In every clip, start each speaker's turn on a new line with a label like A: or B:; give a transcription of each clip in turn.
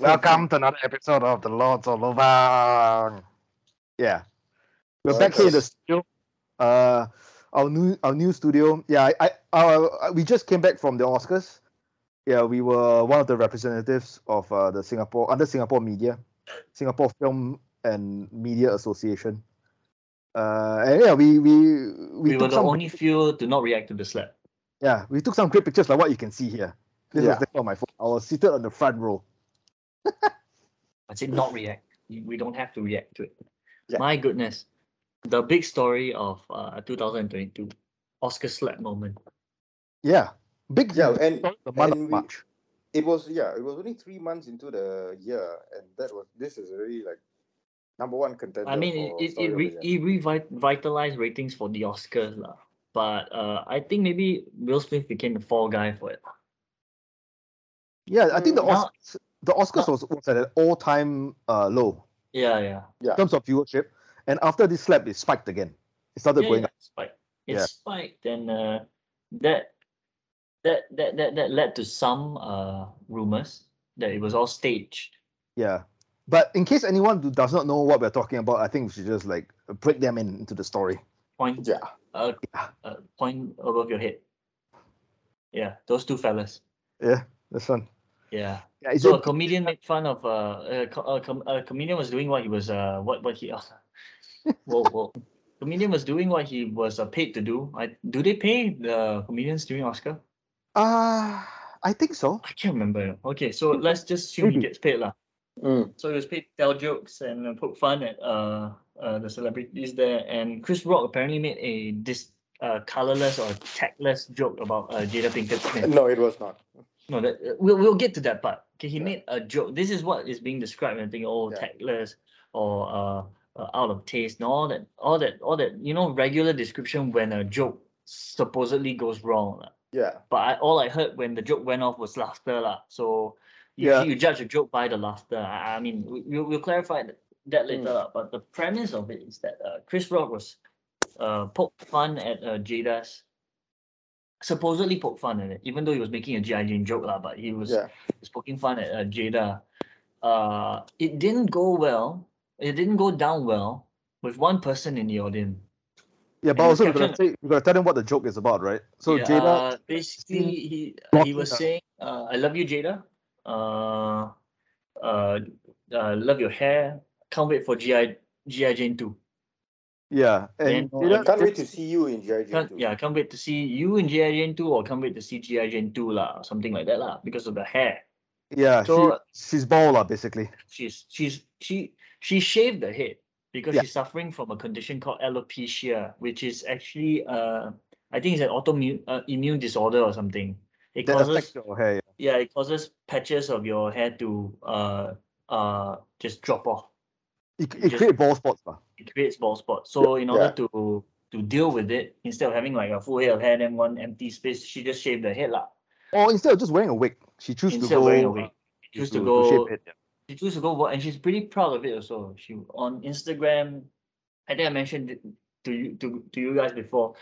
A: Welcome to another episode of the Lords of Lobang. Yeah, we're
B: Well,
A: back here in the
B: that's-
A: studio. Uh, our new our new studio. Yeah, I, I uh, we just came back from the Oscars. Yeah, we were one of the representatives of uh, the Singapore under Singapore Media, Singapore Film and Media Association. Uh, and yeah, we we we,
C: We,
A: took
C: were the
A: some,
C: only few to not react to the slap.
A: yeah we took some great pictures like what you can see here. This was
B: Yeah.
A: definitely on my phone. I was seated on the front row.
C: I said not react. You- We don't have to react to it.
A: Yeah.
C: My goodness, the big story of uh, 2022 Oscar slap moment.
A: Yeah, big
B: Yeah, and
A: the month of
B: and we-
A: March.
B: it was yeah, it was only three months into the year, and that was this is really like number one contender.
C: I mean,
B: for
C: it, it,
B: Story
C: it,
B: of
C: re-
B: the Year.
C: it revitalized ratings for the Oscars. lah. But uh, I think maybe Will Smith became the fall guy for it.
A: Yeah, I think the
B: Mm,
C: now-
A: Oscars, the Oscars was, was at an all time uh, low
C: Yeah, yeah.
A: in terms of viewership. And after this slap, it spiked again. It started
C: yeah,
A: going
C: yeah,
A: up.
C: it spiked. It
A: Yeah.
C: spiked, and uh, that that that that that led to some uh rumors that it was all staged.
A: Yeah. But in case anyone who does not know what we're talking about, I think we should just like break them in, into the story.
C: Point
B: yeah,
C: uh,
A: Yeah.
C: uh point above your head. Yeah, those two fellas.
A: Yeah, that's fun.
C: Yeah.
A: Yeah, it's
C: So
A: a-
C: a comedian made fun of uh, a, co- a, com- a comedian was doing what he was uh what what he whoa whoa comedian was doing what he was uh, paid to do. I do they pay the comedians during Oscar?
A: uh, I think so.
C: I can't remember. Okay, so let's just assume he
A: Maybe.
C: gets paid lah.
B: Mm.
C: So he was paid to tell jokes and uh, poke fun at uh, uh the celebrities there. And Chris Rock apparently made a dis uh colorless or tactless joke about uh, Jada Pinkett Smith.
B: no, it was not.
C: No, that uh, we'll we'll get to that part. Okay, he
B: Yeah.
C: made a joke. This is what is being described and think, oh,
B: Yeah.
C: tactless or uh, uh, out of taste and all that, all that, all that. You know, regular description when a joke supposedly goes wrong. lah.
B: Yeah,
C: But I, all I heard when the joke went off was laughter lah. So you,
A: Yeah.
C: you judge a joke by the laughter. I, I mean, we, we'll, we'll clarify th- that later. lah. But the premise of it is that uh, Chris Rock was uh, poked fun at uh, Jada's, supposedly poked fun at it, even though he was making a G.I. Jane joke lah. But he was
B: yeah,
C: was poking fun at uh, Jada. Uh, it didn't go well. It didn't go down well with one person in the audience.
A: Yeah, but
C: And
A: also
C: the
A: we're gonna say we're gonna tell them what the joke is about, right? So
C: Yeah,
A: Jada,
C: uh, basically he
A: Block
C: he was
A: Jada.
C: saying, uh, "I love you, Jada. Uh, uh, uh, love your hair. Can't wait for GI GI Jane two.
A: yeah, and
C: then, uh,
A: Jada,
B: can't wait to see you in GI Jane
C: Can't,
B: too.
C: yeah, can't wait to see you in GI Jane two, or can't wait to see GI Jane two lah, or something like that lah, because of the hair.
A: yeah,
C: So-
A: she, she's baller basically.
C: she's she's she she shaved her head because
A: Yeah.
C: she's suffering from a condition called alopecia, which is actually uh I think it's an autoimmune uh, immune disorder or something. It
A: That affects
C: causes
A: your hair.
C: yeah, it causes patches of your hair to uh uh just drop off.
A: It, it
C: Just-
A: creates ball spots, lah.
C: It creates bald spots. So in order to to deal with it, instead of having like a full head of hair and one empty space, she just shaved her head lah.
A: Or instead of just wearing a wig, she chooses to
C: Instead
A: go.
C: of wearing a
A: uh,
C: wig.
A: to-
C: Choose to
A: to
C: go
A: shape it.
C: she chose to go work and she's pretty proud of it also. She on Instagram, I think I mentioned it to you to, to you guys before.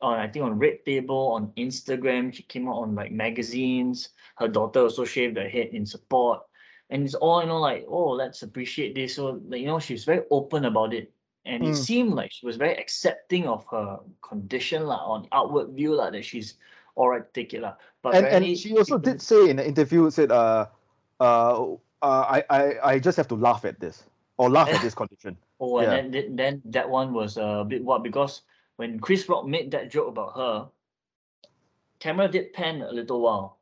C: On I think on Red Table, on Instagram, she came out on like magazines. Her daughter also shaved her head in support. And it's all, you know, like, oh, let's appreciate this. So, like, you know, she's very open about it. And it
A: Mm.
C: seemed like she was very accepting of her condition, like, on outward view, like, that she's all right to take it. lah. But
A: and
C: apparently
A: and she also
C: people-
A: did say in an interview said uh, uh uh I, I I just have to laugh at this or laugh at this condition.
C: Oh,
A: Yeah.
C: and then, then then that one was a bit what because when Chris Rock made that joke about her, camera did pan a little while,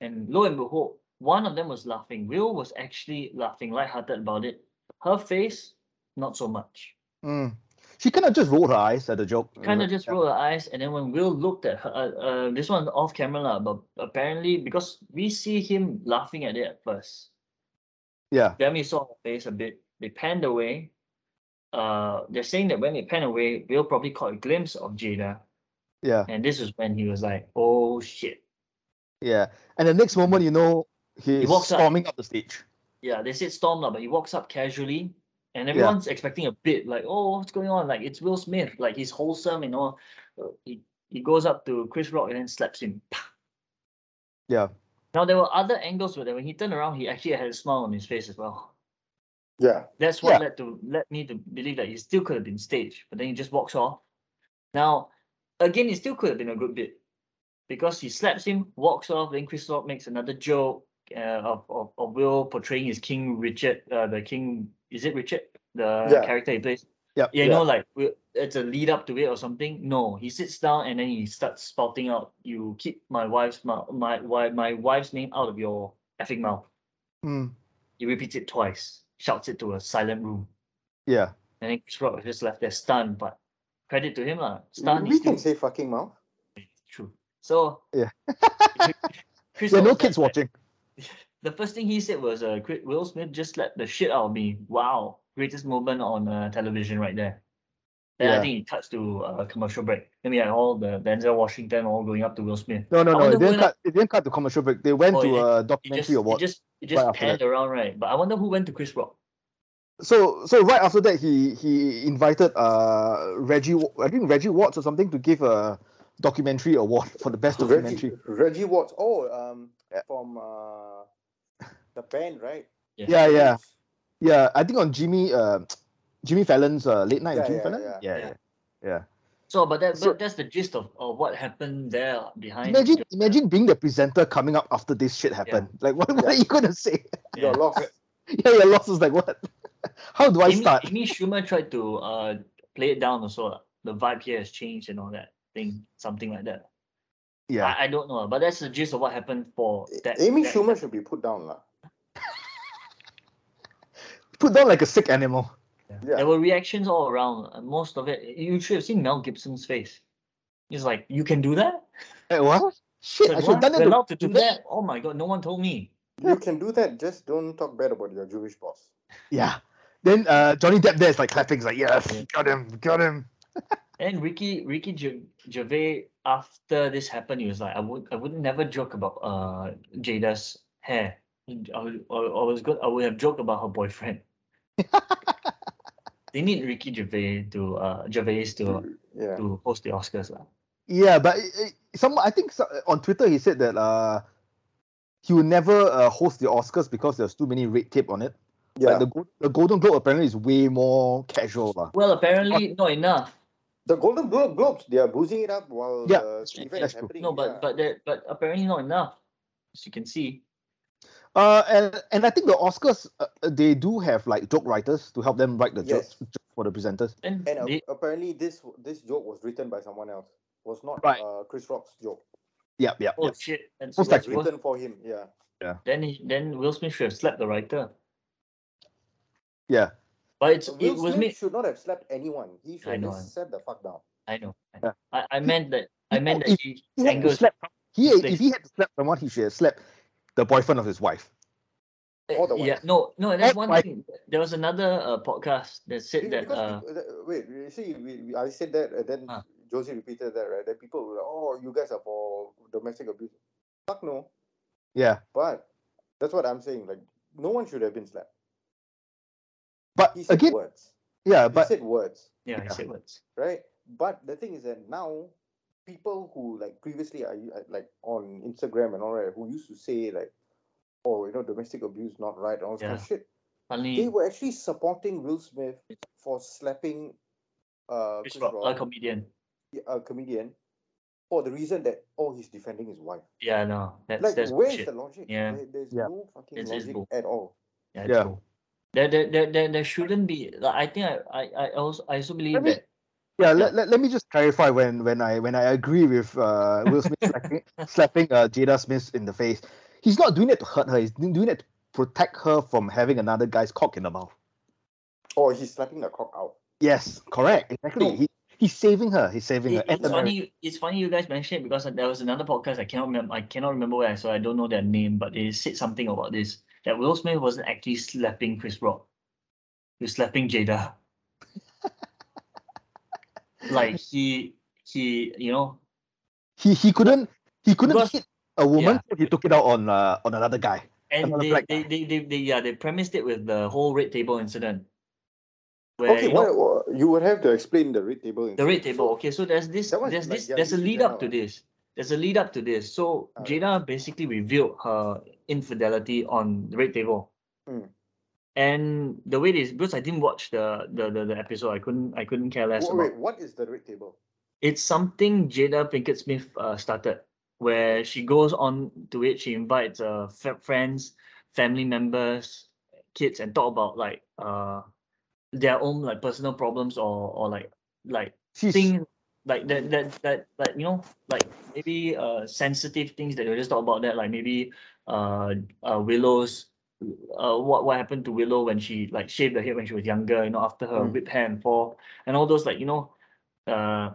C: and lo and behold, one of them was laughing. Will was actually laughing, lighthearted about it. Her face, not so much.
A: Mm. She kind of just rolled her eyes at the joke. Mm.
C: Kind of just
A: Yeah.
C: rolled her eyes, and then when Will looked at her, uh, uh, this one off camera lah, but apparently because we see him laughing at it at first,
A: Yeah,
C: Then we saw her face a bit. They panned away. Uh, they're saying that when they panned away, Will probably caught a glimpse of Jada,
A: yeah,
C: and this is when he was like, "Oh shit!"
A: yeah. And the next moment, you know, he's
C: He walks up.
A: storming up. the stage.
C: Yeah, they said Storm lah, but he walks up casually, and everyone's expecting a bit like, "Oh, what's going on?" Like it's Will Smith, like he's wholesome and all. Uh, He he goes up to Chris Rock and then slaps him.
A: Yeah.
C: Now there were other angles where when he turned around, he actually had a smile on his face as well.
B: Yeah.
C: That's what
A: Yeah.
C: led to led me to believe that he still could have been staged, but then he just walks off. Now, again, it still could have been a good bit because he slaps him, walks off. Then Chris Rock makes another joke uh, of, of of Will portraying his King Richard, uh, the King is it Richard, the
B: Yeah.
C: character he plays.
A: Yep.
C: Yeah, you
B: Yeah.
C: know, like we- it's a lead up to it or something. No, he sits down and then he starts spouting out. You keep my wife's mouth, my wi- my wife's name out of your effing mouth.
A: Mm,
C: He repeats it twice, shouts it to a silent room.
A: yeah.
C: And then Chris Rock was just left there stunned, but credit to him, lah. Stunned
B: We
C: is
B: can
C: still
B: say fucking mouth.
C: true. So
A: Yeah.
C: Chris
A: Yeah,
C: Rock
A: no
C: was
A: kids
C: like-
A: watching.
C: The first thing he said was, uh, "Chris- Will Smith just slapped the shit out of me. Wow, greatest moment on uh, television right there. Then I
A: Yeah.
C: think it cuts to uh, commercial break. Then we had all the Denzel Washington all going up to Will Smith.
A: No, no,
C: I
A: no.
C: wonder
A: It didn't
C: who-
A: cut. It didn't cut to commercial break. They went
C: Oh,
A: to
C: it-
A: a
C: It
A: documentary
C: just, it
A: award.
C: just, it
A: right
C: just
A: after that.
C: panned around, right? But I wonder who went to Chris Rock.
A: So, so right after that, he he invited uh Reggie. Wa- I think Reggie Watts or something to give a documentary award for the best documentary.
B: Reggie, Reggie Watts. Oh, um,
A: Yeah.
B: from uh, the band, right?
A: Yeah, yeah, yeah. I think on Jimmy uh, Jimmy Fallon's uh, late night
B: Yeah,
A: with Jimmy
B: yeah,
A: Fallon.
B: yeah.
A: yeah.
C: Yeah.
A: yeah. yeah.
C: So, but that,
A: So-
C: but that's the gist of, of what happened there behind.
A: Imagine,
C: the-
A: imagine being the presenter coming up after this shit happened. Like, what, what are
B: Yeah.
A: you gonna say?
B: You're
C: Yeah.
B: lost.
A: yeah, your loss is like what? How do I
C: Amy,
A: start?
C: Amy Schumer tried to uh play it down also. lah. The vibe here has changed and all that thing, something like that.
A: Yeah,
C: I, I don't know, uh, but that's the gist of what happened for that.
B: Amy
C: that-
B: Schumer should be put down, lah.
A: put down like a sick animal.
B: Yeah.
C: There were reactions all around. and Most of it, you should have seen Mel Gibson's face. He's like, "You can do that?
A: Like, what? Shit, I
C: Like,
A: should have
C: what?
A: done that.
C: You're
A: To,
C: allowed to do that? Oh my god, no one told me."
B: You can do that. Just don't talk bad about your Jewish boss.
A: yeah. Then uh, Johnny Depp there is like clapping. He's like, yes,
C: Yeah.
A: got him, got him.
C: And Ricky Ricky Ger- Gervais, after this happened, he was like, "I would I would never joke about uh Jada's hair. I, would, I, I was good. I would have joked about her boyfriend." they need Ricky Gervais to uh Gervais to
B: Yeah.
C: to host the Oscars lah.
A: Yeah, but it, it, some I think so, on Twitter he said that uh, he will never uh, host the Oscars because there's too many red tape on it. Like
B: Yeah.
A: the, Go- the Golden Globe apparently is way more casual lah.
C: Well, apparently not enough.
B: The Golden Glo- Globes, they are boozing it up while
A: Yeah,
B: the
A: true,
B: event
A: that's
B: is
A: true.
B: happening.
C: No, but
B: yeah.
C: but that but apparently not enough. As you can see,
A: Uh, and and I think the Oscars uh, they do have like joke writers to help them write the jokes
B: Yes.
A: for the presenters.
C: and,
B: and uh,
C: they,
B: apparently this this joke was written by someone else. Was not
A: Right.
B: uh, Chris Rock's joke.
A: Yep, yep.
C: oh
A: yep.
C: shit, and
A: Most
B: It
C: Will-
B: was
A: likely.
C: Will-
B: written for him. Yeah.
C: then he, then Will Smith should have slapped the writer.
A: Yeah.
C: But it's
B: Will
C: it was
B: Smith
C: me.
B: should not have slapped anyone. He
C: I
B: should
C: know.
B: just set the fuck down.
C: I know. I,
A: Yeah.
C: know. I, I meant that. I meant
A: If
C: that he
A: He had to
C: angers.
A: slap. He
C: Displaced.
A: if he had to slap someone, he should have slapped the boyfriend of his wife.
B: All the
C: yeah.
B: while.
C: No. No. That's
A: All
C: one
A: the while.
C: thing. There was another uh, podcast that said that.
B: because
C: Uh,
B: people, that- wait, you see, we, we, I said that, and then
C: Ah.
B: Josie repeated that, right? Then people were like, "Oh, you guys are for domestic abuse." Fuck no.
A: Yeah.
B: But that's what I'm saying. Like, no one should have been slapped.
A: But
B: He said
A: again,
B: words.
A: yeah.
B: he
A: But
B: said words,
C: yeah, I
A: yeah.
C: said words.
B: right? But the thing is that now, people who like previously are like on Instagram and all that, who used to say like, "Oh, you know, domestic abuse not right," and all this kind of
C: Yeah. Mm.
B: shit. They
C: Suddenly,
B: were actually supporting Will Smith for slapping uh,
C: Chris
B: Chris
C: Rock, a
B: Rock.
C: comedian.
B: a comedian for the reason that oh he's defending his wife.
C: Yeah. No. That's
B: Like
C: that's
B: where's
C: bullshit.
B: the logic?
C: Yeah.
B: There- there's
A: Yeah.
B: no fucking
C: It's- it's
B: logic
C: bull.
B: at all.
C: Yeah.
A: Yeah.
C: it's cool. There, there, there, there, there shouldn't be. Like, I think I, I, I also, I also believe
A: me-
C: that.
A: yeah, Let, let, let me just clarify when when I when I agree with uh, Will Smith slapping, slapping uh, Jada Smith in the face. He's not doing it to hurt her. He's doing it to protect her from having another guy's cock in the mouth.
B: Or Oh, he's slapping the cock out.
A: Yes, correct. Exactly.
C: No.
A: He, he's saving her. He's saving
C: It-
A: her. And
C: it's
A: the
B: Anthony.
C: funny. It's funny you guys mentioned it because there was another podcast I cannot remember. I cannot remember where, so I don't know their name. But they said something about this that Will Smith wasn't actually slapping Chris Rock. He was slapping Jada. like he, he, you know,
A: he he couldn't he couldn't
C: Because-
A: hit a woman,
C: yeah.
A: so he took it out on uh, on another guy.
C: and
A: Another
C: they,
A: black
C: they, they, they, they, yeah, they premised it with the whole red table incident. Where,
B: Okay,
C: you know,
B: well, you would have to explain the red table.
C: The
B: incident.
C: red table. Okay, so there's this,
B: That one's
C: there's
B: like-
C: this,
B: yeah,
C: there's a
B: you should
C: lead
B: learn
C: up
B: now,
C: to this. there's a lead up to this. So
B: Alright.
C: Jada basically revealed her infidelity on the Red Table.
B: Mm.
C: And the way it is, because I didn't watch the the, the, the episode, I couldn't I couldn't care less
B: Wha-
C: about.
B: wait, what is the red table?
C: It's something Jada Pinkett Smith uh, started, where she goes on to it. She invites uh, fa- friends, family members, kids, and talk about like uh their own like personal problems or or like like
A: She's
C: things like that that that like you know like maybe uh sensitive things that you just talk about that like maybe uh, uh willows uh what what happened to willow when she like shaved her head when she was younger you know after her
B: Mm.
C: whip hair and fall and all those like you know uh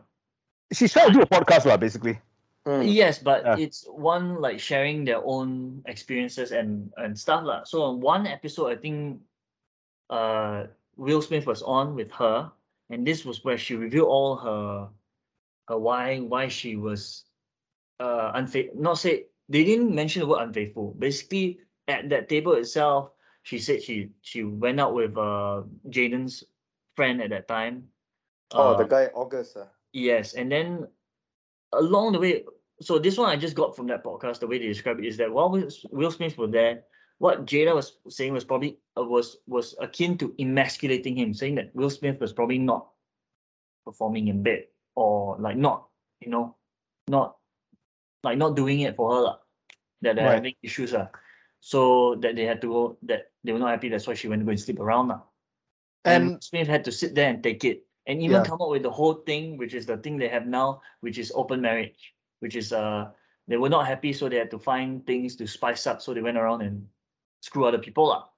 A: she's trying to do a podcast, lah, basically.
B: Mm.
C: yes but
A: Yeah.
C: it's one like sharing their own experiences and and stuff like so on one episode i think uh will smith was on with her and this was where she revealed all her uh, why why she was uh unfaithful not say they didn't mention the word unfaithful basically at that table itself she said she she went out with uh jaden's friend at that time
B: Oh,
C: Uh,
B: the guy August. Uh.
C: Yes, and then along the way, so this one I just got from that podcast. The way they describe it is that while Will S- Will Smith was there, what Jada was saying was probably uh, was was akin to emasculating him, saying that Will Smith was probably not performing in bed or like not, you know, not like not doing it for her lah. That they're
A: Right.
C: having issues lah. So that they had to go. That they were not happy. That's why she went to go and sleep around lah and,
A: And
C: Smith had to sit there and take it, and even
A: Yeah.
C: come up with the whole thing, which is the thing they have now, which is open marriage, which is uh they were not happy, so they had to find things to spice up, so they went around and screw other people up.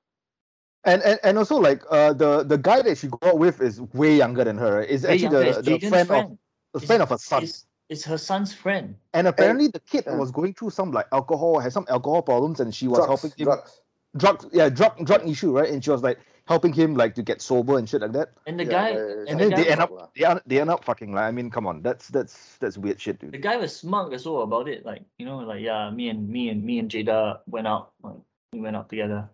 A: and and, and also like uh the the guy that she got with is way younger than her. Right? Is
C: Way
A: actually the,
C: younger is
A: the
C: Jaden's
A: friend, of
C: friend.
A: the
C: Is-
A: friend of her son.
C: Is is her son's friend?
A: And apparently the kid
B: yeah.
A: was going through some like alcohol, had some alcohol problems, and she was
B: Drugs.
A: helping him
B: Drugs.
A: drug yeah drug drug issue right and she was like helping him like to get sober and shit like that
C: And the
B: Yeah,
C: guy,
B: yeah, yeah,
A: and then
C: the
A: they
B: something
C: guy,
B: like
A: end up
B: that lah.
A: they end, they end up fucking like i mean come on that's that's that's weird shit
C: the
A: dude
C: guy was smug as well about it. Like you know, like yeah, me and me and me and Jada went out. Like, we went out together,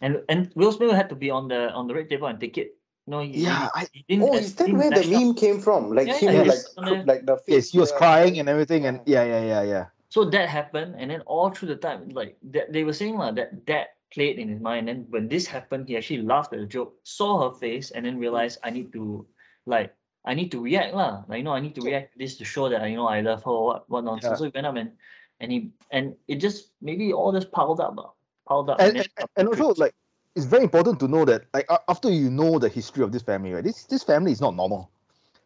C: and and Will Smith had to be on the on the red table and take it. No, he,
A: yeah
C: he,
A: I,
C: he didn't.
B: Oh,
C: and
B: is
C: he
B: that
C: didn't
B: where the
C: lash out.
B: meme came from? Like
C: Yeah,
B: him,
A: yeah,
B: had,
C: yes.
B: like cr- like the face.
A: yes he was
B: here,
A: crying
B: like-
A: and everything and yeah yeah yeah yeah
C: So that happened, and then all through the time, like that they were saying like, that that played in his mind. And when this happened, he actually laughed at the joke, saw her face, and then realized I need to like I need to react lah. Like you know, I need to react to this to show that you know I love her or what, what nonsense.
A: Yeah.
C: So he went up and and he and it just maybe all just piled up, lah, piled up,
A: and,
C: then
A: and, and
C: up to
A: also like it's very important to know that like a- after you know the history of this family right this this family is not normal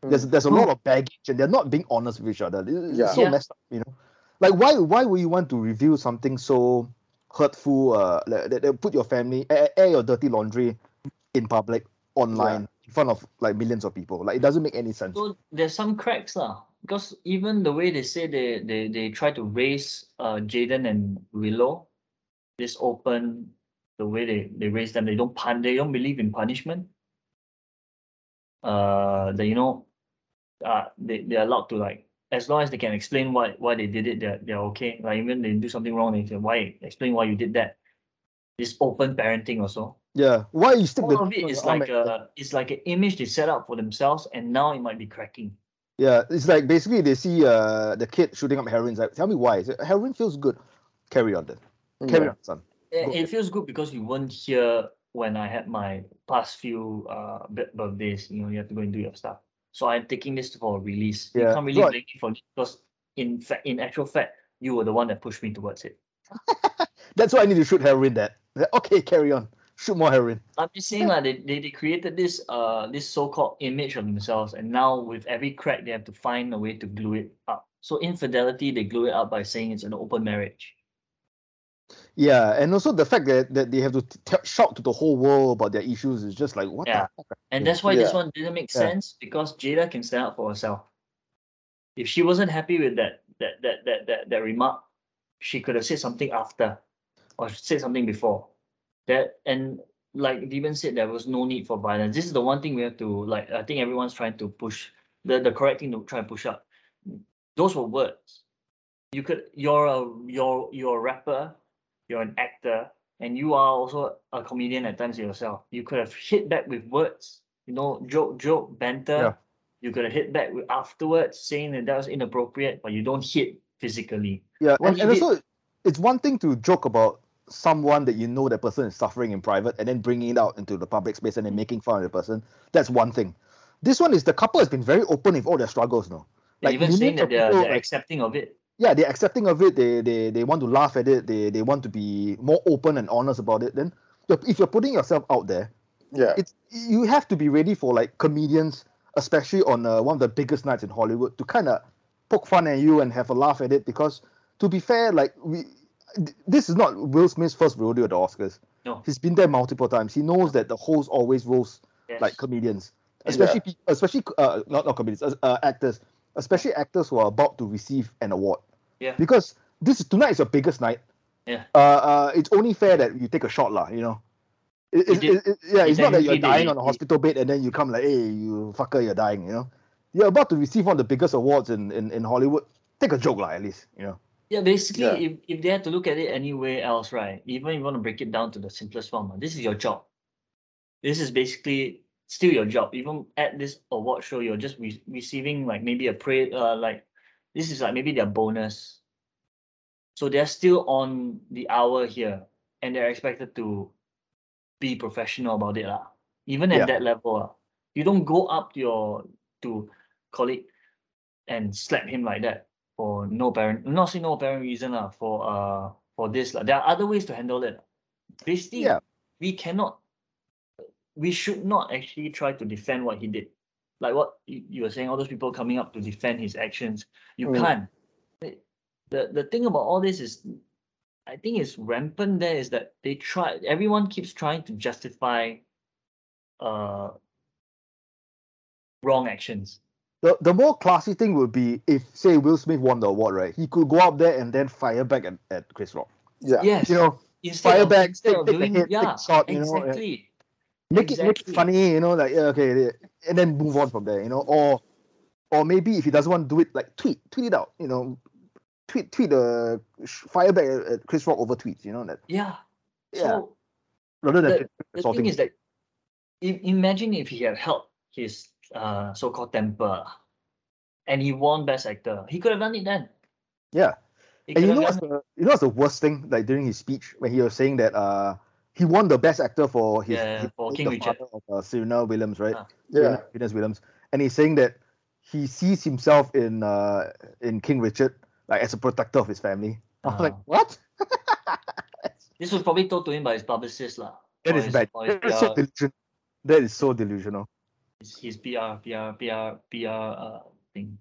A: there's
B: Mm.
A: there's a lot of baggage and they're not being honest with each other It- it's
B: Yeah.
A: so
C: Hmm. Yeah.
A: messed up you know like why why would you want to reveal something so hurtful uh that, that, that put your family air, air your dirty laundry in public online in front of like millions of people like it doesn't make any sense
C: So there's some cracks lah. Because even the way they say they they they try to raise uh Jaden and Willow, this open the way they they raise them, they don't pun they don't believe in punishment. Uh, they you know, uh, they they're allowed to like as long as they can explain why why they did it, they're they're okay. Like even they do something wrong, they say why explain why you did that. This open parenting also.
A: yeah why you stick
C: All
A: the
C: of it is
A: Oh,
C: like
A: man.
C: a it's like an image they set up for themselves, and now it might be cracking.
A: yeah it's like basically they see uh the kid shooting up heroin it's like tell me why It's like, heroin feels good carry on then carry
B: Yeah.
A: on son
C: it,
A: Go
C: it feels good because you weren't here when I had my past few uh bir- birthdays. You know, you have to go and do your stuff. So I'm taking this for release. You
A: Yeah,
C: can't really
A: right.
C: blame me for this because in fact, in actual fact, you were the one that pushed me towards it.
A: that's why i need to shoot heroin dad Like, okay carry on shoot more heroin
C: I'm just saying like they, they, they created this uh this so-called image of themselves and now with every crack they have to find a way to glue it up. So infidelity they glue it up by saying it's an open marriage.
A: Yeah, and also the fact that, that they have to t- tell- shout to the whole world about their issues is just like what
C: Yeah.
A: the fuck?
C: And
A: Yeah.
C: that's why this
B: Yeah.
C: one didn't make
A: Yeah.
C: sense because Jada can stand up for herself. If she wasn't happy with that that that that that, that remark, she could have said something after or said something before. That and like Devin said, there was no need for violence. This is the one thing we have to like. I think everyone's trying to push the the correct thing to try and push up. Those were words. You could you're a you're you're a rapper, you're an actor, and you are also a comedian at times yourself. You could have hit back with words, you know, joke, joke, banter.
A: Yeah.
C: You could have hit back with afterwards saying that that was inappropriate, but you don't hit physically.
A: Yeah,
C: When
A: and,
C: he
A: and
C: did-
A: also it's one thing to joke about someone that you know that person is suffering in private and then bringing it out into the public space and then making fun of the person. That's one thing. This one is the couple has been very open with all their struggles now. Like,
C: And even saying
A: millions
C: that
A: of
C: they're,
A: people,
C: they're
A: like-
C: accepting of it.
A: Yeah, they're accepting of it. They they they want to laugh at it. They they want to be more open and honest about it. Then you're- if you're putting yourself out there,
B: Yeah.
A: it's you have to be ready for like comedians, especially on uh, one of the biggest nights in Hollywood, to kind of poke fun at you and have a laugh at it. Because to be fair, like we, th- this is not Will Smith's first rodeo at the Oscars.
C: No.
A: He's been there multiple times. He knows that the host always rolls
C: Yes.
A: like comedians,
C: Yeah.
A: especially pe especially uh, not not comedians, uh, uh, actors, especially actors who are about to receive an award.
C: Yeah.
A: Because this is tonight is your biggest night.
C: Yeah.
A: Uh, uh, it's only fair that you take a shot, lah. You know. It, it,
C: He did.
A: it, it- yeah,
C: He
A: it's not that you're
C: technically did.
A: dying
C: He-
A: on a
C: he-
A: hospital bed and then you come like, hey, you fucker, you're dying. You know. You're about to receive one of the biggest awards in in, in Hollywood. Take a joke, lah, at least. You know.
C: Yeah, basically,
B: Yeah.
C: If, if they had to look at it anywhere else, right? Even if you want to break it down to the simplest form, ah, this is your job. This is basically still your job. Even at this award show, you're just re- receiving like maybe a praise, uh, like this is like maybe their bonus. So they're still on the hour here, and they're expected to be professional about it, lah. Even at
A: Yeah.
C: that level, ah. you don't go up to your to colleague and slap him like that for no apparent, not say no apparent reason lah. for uh for this lah. There are other ways to handle it. Basically,
A: Yeah.
C: we cannot, we should not actually try to defend what he did. Like what you you were saying, all those people coming up to defend his actions, you
B: Mm.
C: can't. The- The the thing about all this is, I think it's rampant. There is that they try. Everyone keeps trying to justify, uh, wrong actions.
A: The, the more classy thing would be if, say, Will Smith won the award, right? He could go up there and then fire back at, at Chris Rock.
B: Yeah.
C: Yes.
A: You know,
C: instead
A: Fire
C: of,
A: back,
C: instead
A: take-
C: of
A: take the
C: doing
A: hit, take
C: yeah
A: shot, you know, yeah.
C: exactly
A: make it make it
C: Exactly.
A: funny, you know, like yeah, okay, yeah, and then move on from there, you know, or or maybe if he doesn't want to do it, like tweet, tweet it out, you know, tweet tweet the sh fire back at, at Chris Rock over tweets, you know, that
C: yeah
A: Yeah.
C: so
A: rather than
C: the, the
A: assaulting
C: thing is that im- imagine if he had held his uh so-called temper and he won best actor he could have done it then
A: yeah.
C: he
A: And
C: could
A: you
C: have
A: know what's
C: done it.
A: the you know what's the worst thing like during his speech when he was saying that uh he won the best actor for his
C: Yeah,
A: his
C: for
A: role,
C: King
A: the
C: Richard.
A: father of uh, Serena Williams right
C: Ah.
B: Yeah.
A: Venus Williams and he's saying that he sees himself in uh in King Richard like as a protector of his family I was like
C: Ah.
A: what
C: Uh, this was probably told to him by his publicist lah
A: that
C: or
A: is
C: his-
A: bad
C: or his
A: that is so
C: PR
A: delusional that is so delusional
C: his, his PR, PR, PR, PR uh, thing.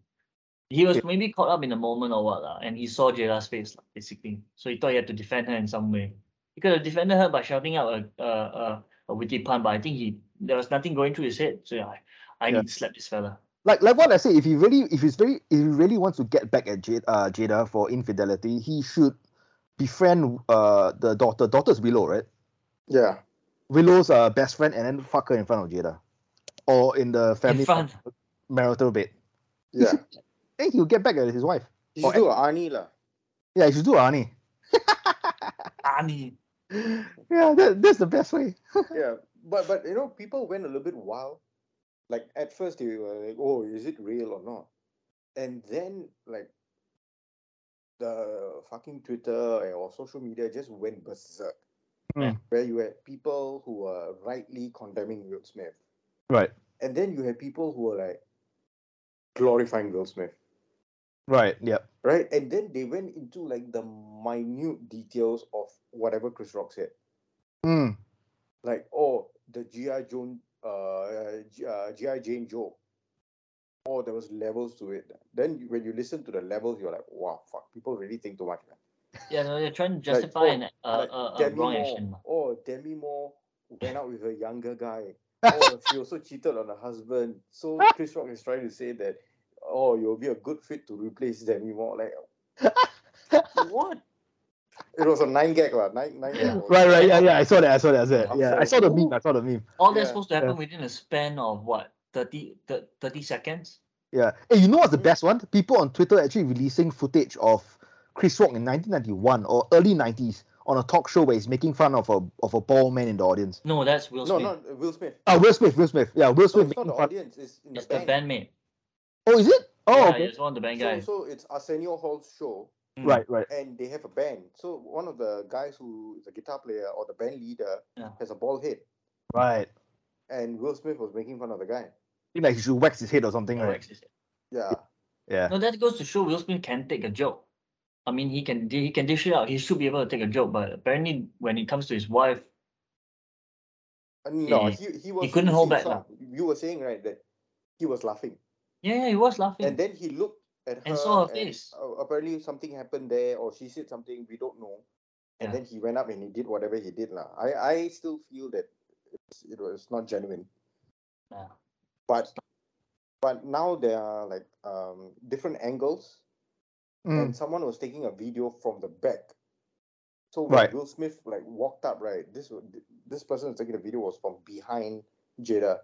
C: He was
A: Yeah.
C: maybe caught up in a moment or what, lah, and he saw Jada's face, lah, basically. So he thought he had to defend her in some way. He could have defended her by shouting out a, a, a, a witty pun, but I think he there was nothing going through his head. So yeah, I, I
A: Yeah.
C: need to slap this fella.
A: like like what I say, if he really if he's very if he really wants to get back at Jada, uh, Jada for infidelity, he should befriend uh the daughter. Daughter's Willow, right?
B: Yeah.
A: Willow's uh, best friend, and then fuck her in front of Jada, or in the family
C: in front.
A: marital bed.
B: Yeah.
A: Then he'll get back at his wife.
B: You should do a Arnie lah.
A: Yeah, you should do it, Arnie.
C: Arnie.
A: Yeah, that, that's the best way.
B: yeah, but but you know, people went a little bit wild. Like at first they were like, "Oh, is it real or not?" And then like the fucking Twitter or social media just went berserk.
A: Mm.
B: Where you had people who were rightly condemning Will Smith,
A: Right,
B: and then you had people who were like glorifying Will Smith,
A: right, yep.
B: right? And then they went into like the minute details of whatever Chris Rock said. Hmm.
A: Mm.
B: like oh the GI Joan uh, G- uh GI Jane Joe. Oh, there was levels to it. Then you- when you listen to the levels, you're like, wow, fuck, people really think too much, man.
C: Yeah, no, they're trying to
B: Like,
C: justify
B: oh,
C: an, uh,
B: like,
C: uh, uh,
B: Demi
C: wrong
B: Moore,
C: action. lah.
B: oh Demi Moore went out with her younger guy. Oh, she also cheated on her husband. So Chris Rock is trying to say that, oh, you'll be a good fit to replace Demi Moore. Like, what? It was a nine gag, lah. Nine, nine
C: Yeah.
B: gag. was-
A: Right, right, yeah, yeah. I saw that, I saw that, I saw that.
B: I'm
A: Yeah, I
B: sorry.
A: saw the meme, I saw the meme.
C: All that's
B: Yeah.
C: supposed to happen within a span of what, 30, thir- 30 seconds?
A: Yeah. Hey, you know what's the best one? People on Twitter actually releasing footage of Chris Rock in 1991 or early 90s on a talk show where he's making fun of a of a bald man in the audience.
C: No, that's Will
B: No,
C: Smith.
B: not Will Smith.
A: Ah, Will Smith, Will Smith. Yeah, Will
B: No,
A: Smith
B: Oh, it's not the
A: making fun.
B: audience. It's in the
C: it's the
B: bank.
C: bandmate.
A: Oh, is it? Oh,
C: yeah,
A: okay.
C: it's one of the band
B: So,
C: guys.
B: so it's Arsenio Hall's show,
C: Mm.
A: Right, right.
B: and they have a band. So one of the guys who is a guitar player or the band leader
C: Yeah.
B: has a bald head,
A: Right.
B: and Will Smith was making fun of the guy.
A: Feel Like he should wax his head or something,
C: No,
A: right?
C: actually,
B: Yeah,
A: Yeah.
C: No, that goes to show Will Smith can take a joke. I mean, he can he can dish it out. He should be able to take a joke, but apparently, when it comes to his wife,
B: Uh, no,
C: Yeah.
B: he he was.
C: couldn't
B: you
C: hold
B: see,
C: back,
B: Sal, You were saying right that he was laughing,
C: yeah, yeah, he was laughing.
B: and then he looked at her
C: Hmm. And saw her face.
B: uh, apparently, something happened there, or she said something we don't know. And
C: Yeah.
B: then he went up and he did whatever he did. lah. I, I still feel that it's, it was not genuine.
C: Yeah.
B: But but now there are like um, different angles
A: Mm.
B: and someone was taking a video from the back. So when
A: Right.
B: Will Smith like walked up, right? This wa- this person was taking the video was from behind Jada,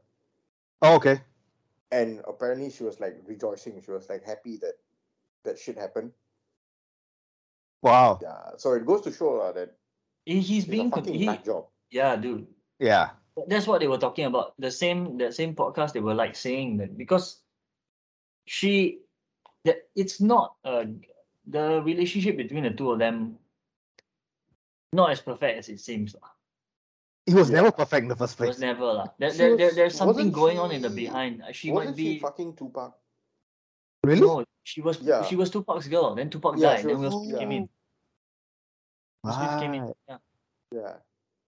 A: Oh, okay.
B: and apparently she was like rejoicing. She was like happy that that shit happened.
A: Wow.
B: Yeah. So it goes to show uh, that
C: He, he's
B: he's
C: being
B: a
C: con-
B: fucking
C: he-
B: nut job.
C: yeah, dude.
A: Yeah.
C: That's what they were talking about. The same that same podcast they were like saying that because she that it's not uh the relationship between the two of them not as perfect as it seems. lah.
A: He was
B: Yeah.
A: never perfect in the first
C: It was
A: place.
C: never lah. There,
B: She
C: there, there,
B: was-
C: there's something
B: wasn't
C: going on in the
B: she-
C: behind. Uh, She might
B: Wasn't
C: be
B: she fucking Tupac?
A: Really?
C: no. She was
B: Yeah.
C: she was Tupac's girl. Then Tupac
B: Yeah,
C: died.
B: she
C: Then Will
B: was-
C: Smith came in. Will Smith came in.
A: Right.
C: Yeah. Uh,
B: Yeah.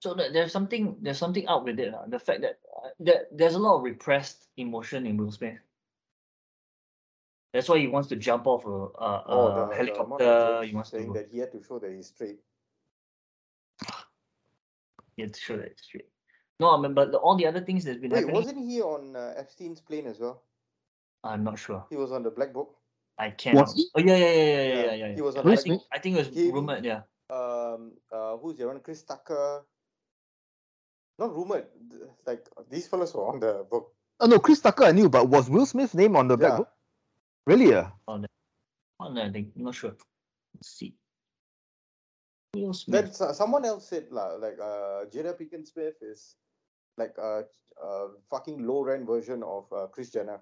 C: So that there's something there's something up with it. lah. The fact that uh, that there's a lot of repressed emotion in Will Smith. That's why he wants to jump off a, a,
B: Oh,
C: a
B: the- the amount of
C: helicopter.
B: jokes
C: He wants to
B: saying that he had to show that he's straight.
C: get sure that it's straight. No, I mean, but the, all the other things that's been
B: Wait,
C: happening,
B: wasn't he on uh, Epstein's plane as well?
C: I'm not sure.
B: He was on the Black Book.
C: I can't.
A: he?
C: Oh yeah, yeah, yeah, yeah, yeah,
B: Yeah,
C: yeah. yeah,
B: he was
C: yeah.
B: on
C: I
A: Will
C: think,
A: Smith.
C: I think it was
B: Him.
C: rumored. Yeah,
B: um uh who's the one Chris Tucker not rumored th- like these fellas were on the book
A: Oh no, Chris Tucker I knew, but was Will Smith's name on the black
B: Yeah.
A: book? Really? eh? Yeah.
C: oh, no, I think I'm not sure. Let's see. Will Smith.
B: then so- someone else said la, like uh Jada Pinkett Smith is like a, a fucking low rent version of uh, Chris Jenner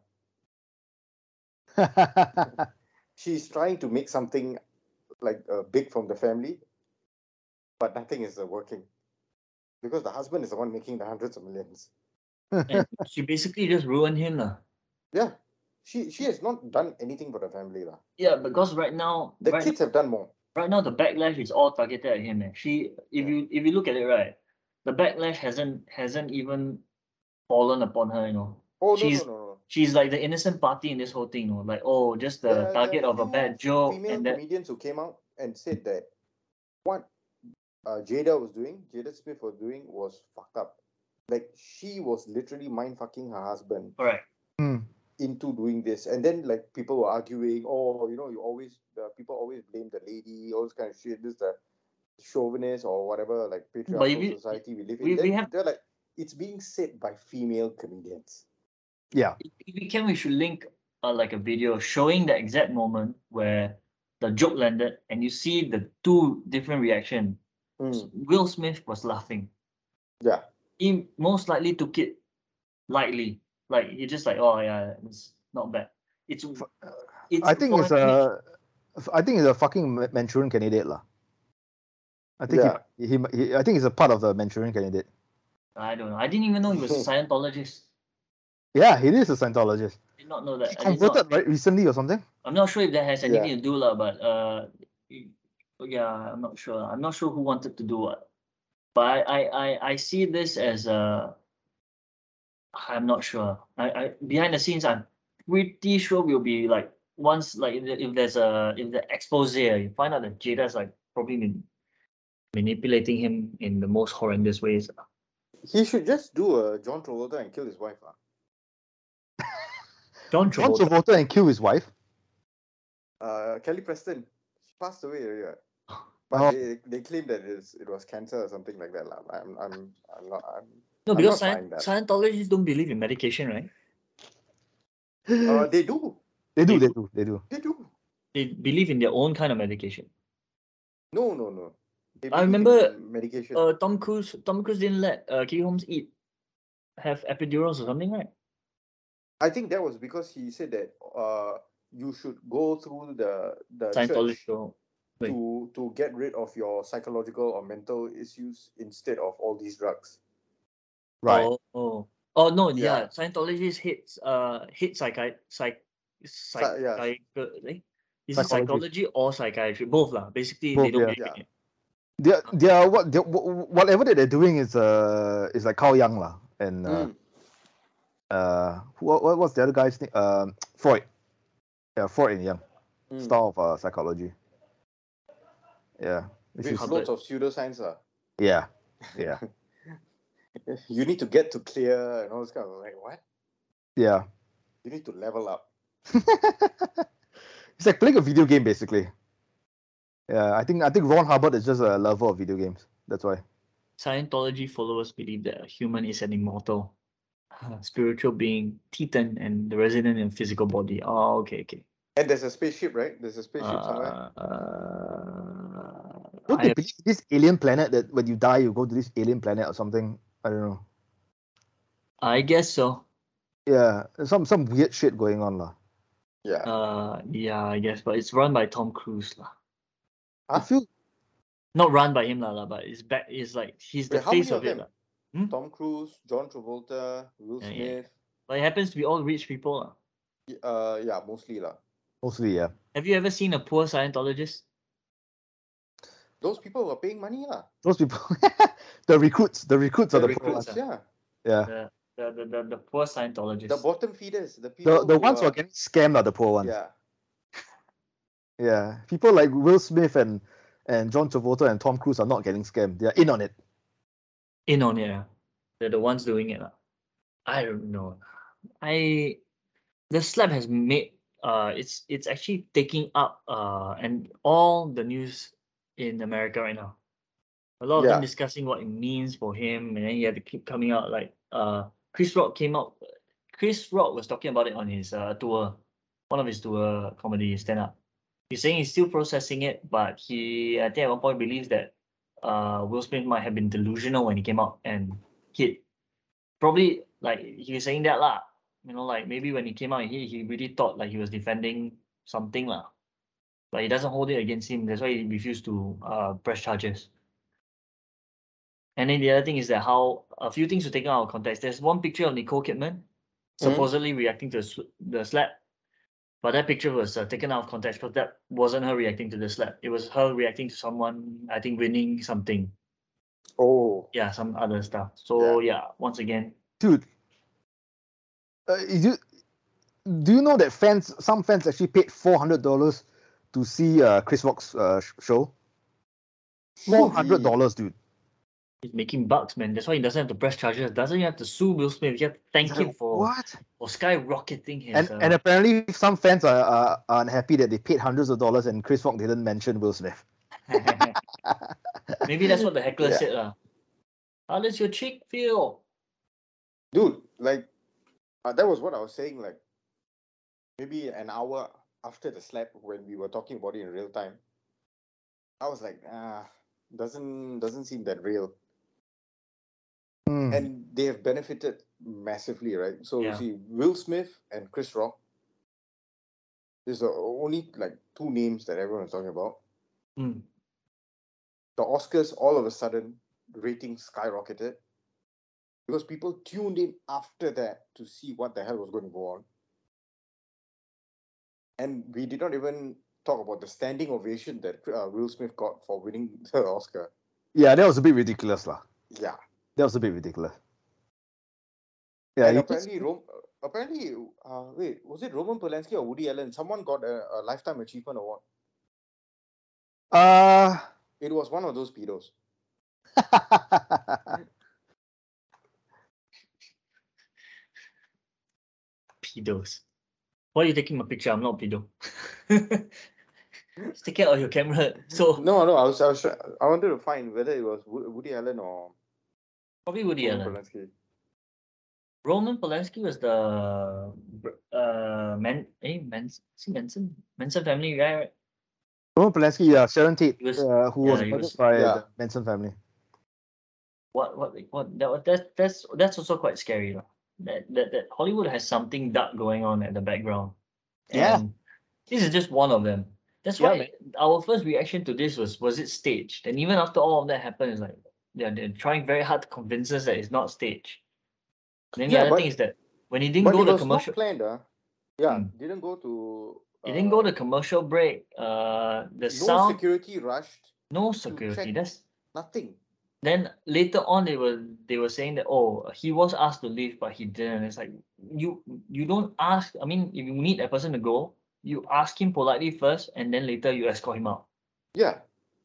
B: she's trying to make something like uh, big from the family but nothing is uh, working because the husband is the one making the hundreds of millions
C: And she basically just ruined him, lah.
B: yeah she she has not done anything for the family la.
C: Yeah, because right now,
B: the
C: right,
B: kids have done more
C: right now the backlash is all targeted at him. Eh. She, if
B: Yeah.
C: you if you look at it right, the backlash hasn't hasn't even fallen upon her. You know,
B: oh no
C: She's-
B: no no no
C: she's like the innocent party in this whole thing. You know, like oh, just
B: There
C: the
B: are-
C: target
B: there are
C: of a
B: few
C: bad joke,
B: female
C: and that
B: comedians who came out and said that what uh, Jada was doing, Jada Smith was doing was fucked up. Like she was literally mind fucking her husband
C: all right.
A: Hmm.
B: into doing this, and then like people were arguing, oh, you know, you always uh, people always blame the lady, all this kind of shit. This is the chauvinist or whatever, like patriarchal
C: you-
B: society we live in.
C: we-
B: Then
C: we have-
B: they're like, it's being said by female comedians.
A: Yeah.
C: If we can, we should link uh, like a video showing the exact moment where the joke landed, and you see the two different reaction.
B: Hmm,
C: Will Smith was laughing.
B: Yeah,
C: he most likely took it lightly. Like he just like, oh yeah, it's not bad. It's it's
A: I think
C: for
A: it's
C: an image-
A: a. I think it's a fucking Ma- Manchurian candidate lah. I think
B: Yeah.
A: he, he, he, I think he's a part of the Manchurian candidate.
C: I don't know. I didn't even know he was a Scientologist.
A: Yeah, he is a Scientologist.
C: Did not know that.
A: He
C: I did not,
A: converted right recently or something.
C: I'm not sure if that has
B: Yeah.
C: anything to do lah, but uh, y- yeah, I'm not sure. I'm not sure who wanted to do what. But I I I, I see this as a. I'm not sure. I, I behind the scenes, I'm pretty sure we'll be like once like if the- if there's a if the expose, uh, you find out that Jada's like probably been manipulating him in the most horrendous ways.
B: he should just do a John Travolta and kill his wife. ah.
C: John
A: John
C: Travolta.
A: Travolta and kill his wife.
B: uh, Kelly Preston. She passed away already. Right? But
A: Oh.
B: they, they claim that it's, it was cancer or something like that. lah. I'm, I'm, I'm not. I'm,
C: No,
B: I'm
C: because
B: not
C: Scient-
B: buying that.
C: Scientologists don't believe in medication, right? Hmm.
B: uh, they do.
A: they do,
C: they-
A: they do, they do.
B: They do.
C: They believe in their own kind of medication.
B: No, no, no. They
C: I
B: believe in
C: remember,
B: medication.
C: Uh, Tom Cruise. Tom Cruise didn't let uh, Katie Holmes eat have epidurals or something, right?
B: I think that was because he said that uh, you should go through the the
C: Scientology.
B: church
C: show. Right.
B: to to get rid of your psychological or mental issues instead of all these drugs.
A: Right.
C: Oh, oh, oh no, yeah.
B: Yeah.
C: Scientology hits uh hit psychi psych psych
B: yeah.
C: psych- eh? Is it
A: Psychology.
C: psychology or psychiatry? Both lah. Basically, they
A: Both,
C: don't
A: yeah.
C: believe in it.
A: They are, they are what they are- wh- wh- whatever that they're doing is uh is like Kao Yang lah and uh,
B: Mm.
A: uh what what what's the other guy's name? Um Freud. Yeah, Freud and Young.
B: Mm.
A: Star of uh, psychology. Yeah. Which
B: With
A: is,
C: Hubbard.
B: loads of pseudoscience. ah.
A: yeah. Yeah.
B: You need to get to clear and all this kind of like what?
A: Yeah.
B: You need to level up.
A: it's like playing a video game basically. Yeah, I think I think Ron Hubbard is just a lover of video games. That's why.
C: Scientology followers believe that a human is an immortal uh, spiritual being, Titan, and the resident in physical body. Oh, okay, okay.
B: And there's a spaceship, right? There's a spaceship
C: Ah.
B: somewhere.
C: Uh,
A: Don't
C: I
A: they
C: have-
A: believe this alien planet that when you die you go to this alien planet or something? I don't know.
C: I guess so.
A: Yeah, there's some some weird shit going on lah.
B: Yeah.
C: Uh, yeah, I guess, but it's run by Tom Cruise lah.
A: I feel
C: Not run by him lah, lah, but it's back. It's like he's the
B: Wait, how many
C: face of
B: of
C: it
B: them?
C: lah. Hmm?
B: Tom Cruise, John Travolta, Will
C: Yeah, yeah.
B: Smith.
C: But it happens to be all rich people lah.
B: Uh, yeah, mostly lah.
A: mostly yeah.
C: Have you ever seen a poor Scientologist?
B: Those people who are paying money lah.
A: Those people the recruits, the recruits are
B: The
A: the poor
B: recruits,
A: ones.
B: yeah.
A: Yeah.
C: The the the, the, the poor Scientologist.
B: The bottom feeders, the people.
A: The the ones who are
B: are,
A: getting scammed are the poor ones.
B: Yeah,
A: Yeah. People like Will Smith and and John Travolta and Tom Cruise are not getting scammed. They're in on it.
C: in on it. ah. They're the ones doing it. ah. I don't know. I the slap has made uh it's it's actually taking up uh and all the news in America right now. A lot of them
B: Yeah.
C: discussing what it means for him, and then he had to keep coming out like uh Chris Rock came out Chris Rock was talking about it on his uh tour, one of his tour comedy stand up. He's saying he's still processing it, but he I think at one point believes that uh Will Smith might have been delusional when he came out and hit probably like he was saying that lah. You know, like maybe when he came out, he he really thought like he was defending something lah. But he doesn't hold it against him. That's why he refused to uh press charges. And then the other thing is that how a few things to take out of context. There's one picture of Nicole Kidman supposedly reacting to the sw- the slap, but that picture was uh, taken out of context because that wasn't her reacting to the slap. It was her reacting to someone, I think, winning something.
B: Oh,
C: Yeah, some other stuff. So yeah, once again,
A: Dude. Uh, you do you know that fans some fans actually paid four hundred dollars to see uh Chris Rock's uh, sh- show? Four hundred dollars, dude.
C: He's making bucks, man. That's why he doesn't have to press charges. Doesn't even have to sue Will Smith. You have to thank
A: It's
C: him
A: like,
C: for,
A: what?
C: for skyrocketing his.
A: And
C: uh,
A: and apparently some fans are, are, are unhappy that they paid hundreds of dollars and Chris Rock didn't mention Will Smith.
C: maybe that's what the heckler
B: Yeah.
C: said. Uh. How does your cheek feel?
B: dude, like uh, that was what I was saying. Like maybe an hour after the slap, when we were talking about it in real time, I was like, ah, doesn't doesn't seem that real.
A: Hmm.
B: And they have benefited massively, right? So
C: Yeah.
B: you see, Will Smith and Chris Rock is the only like two names that everyone is talking about.
C: Mm.
B: the Oscars all of a sudden ratings skyrocketed because people tuned in after that to see what the hell was going to go on. And we did not even talk about the standing ovation that uh, Will Smith got for winning the Oscar.
A: Yeah, that was a bit ridiculous, lah.
B: Yeah.
A: That was a bit ridiculous. Yeah,
B: and
A: you just-
B: apparently, Rom- apparently, uh, wait, was it Roman Polanski or Woody Allen? Someone got a, a lifetime achievement award.
A: uh
B: It was one of those pedos.
C: Pedos. Why are you taking my picture? I'm not a pedo. Just take it out of your camera. So
B: No, no, I was, I was, try- I wanted to find whether it was Wo- Woody Allen or
C: probably Woody
B: Roman
C: Allen.
B: Polanski.
C: Roman Polanski was the Br- uh man, eh, Manson, is he Manson, Manson family guy, right?
A: Roman Polanski, yeah, Sharon Tate,
C: He was-
A: uh, who
C: yeah,
A: was
C: he
A: murdered
C: was-
A: by
B: yeah.
A: the Manson family.
C: what what what that what- that's that's that's also quite scary lah. That, that that Hollywood has something dark going on at the background.
A: Yeah.
C: And this is just one of them. That's
A: Yeah,
C: why
A: man.
C: our first reaction to this was was it staged? And even after all of that happened, it's like they're, they're trying very hard to convince us that it's not staged. And then
A: Yeah,
C: the other
A: but-
C: thing is that when it didn't
B: but
C: go
B: it
C: to
B: was
C: commercial,
B: not planned, ah. Yeah,
C: Mm.
B: didn't go to.
C: it didn't
B: uh,
C: go to commercial break. Uh, the
B: No
C: sound,
B: security rushed.
C: no
B: check.
C: security. That's
B: Nothing.
C: then later on they were they were saying that oh he was asked to leave but he didn't it's like you you don't ask i mean if you need a person to go you ask him politely first and then later you escort him out
B: Yeah.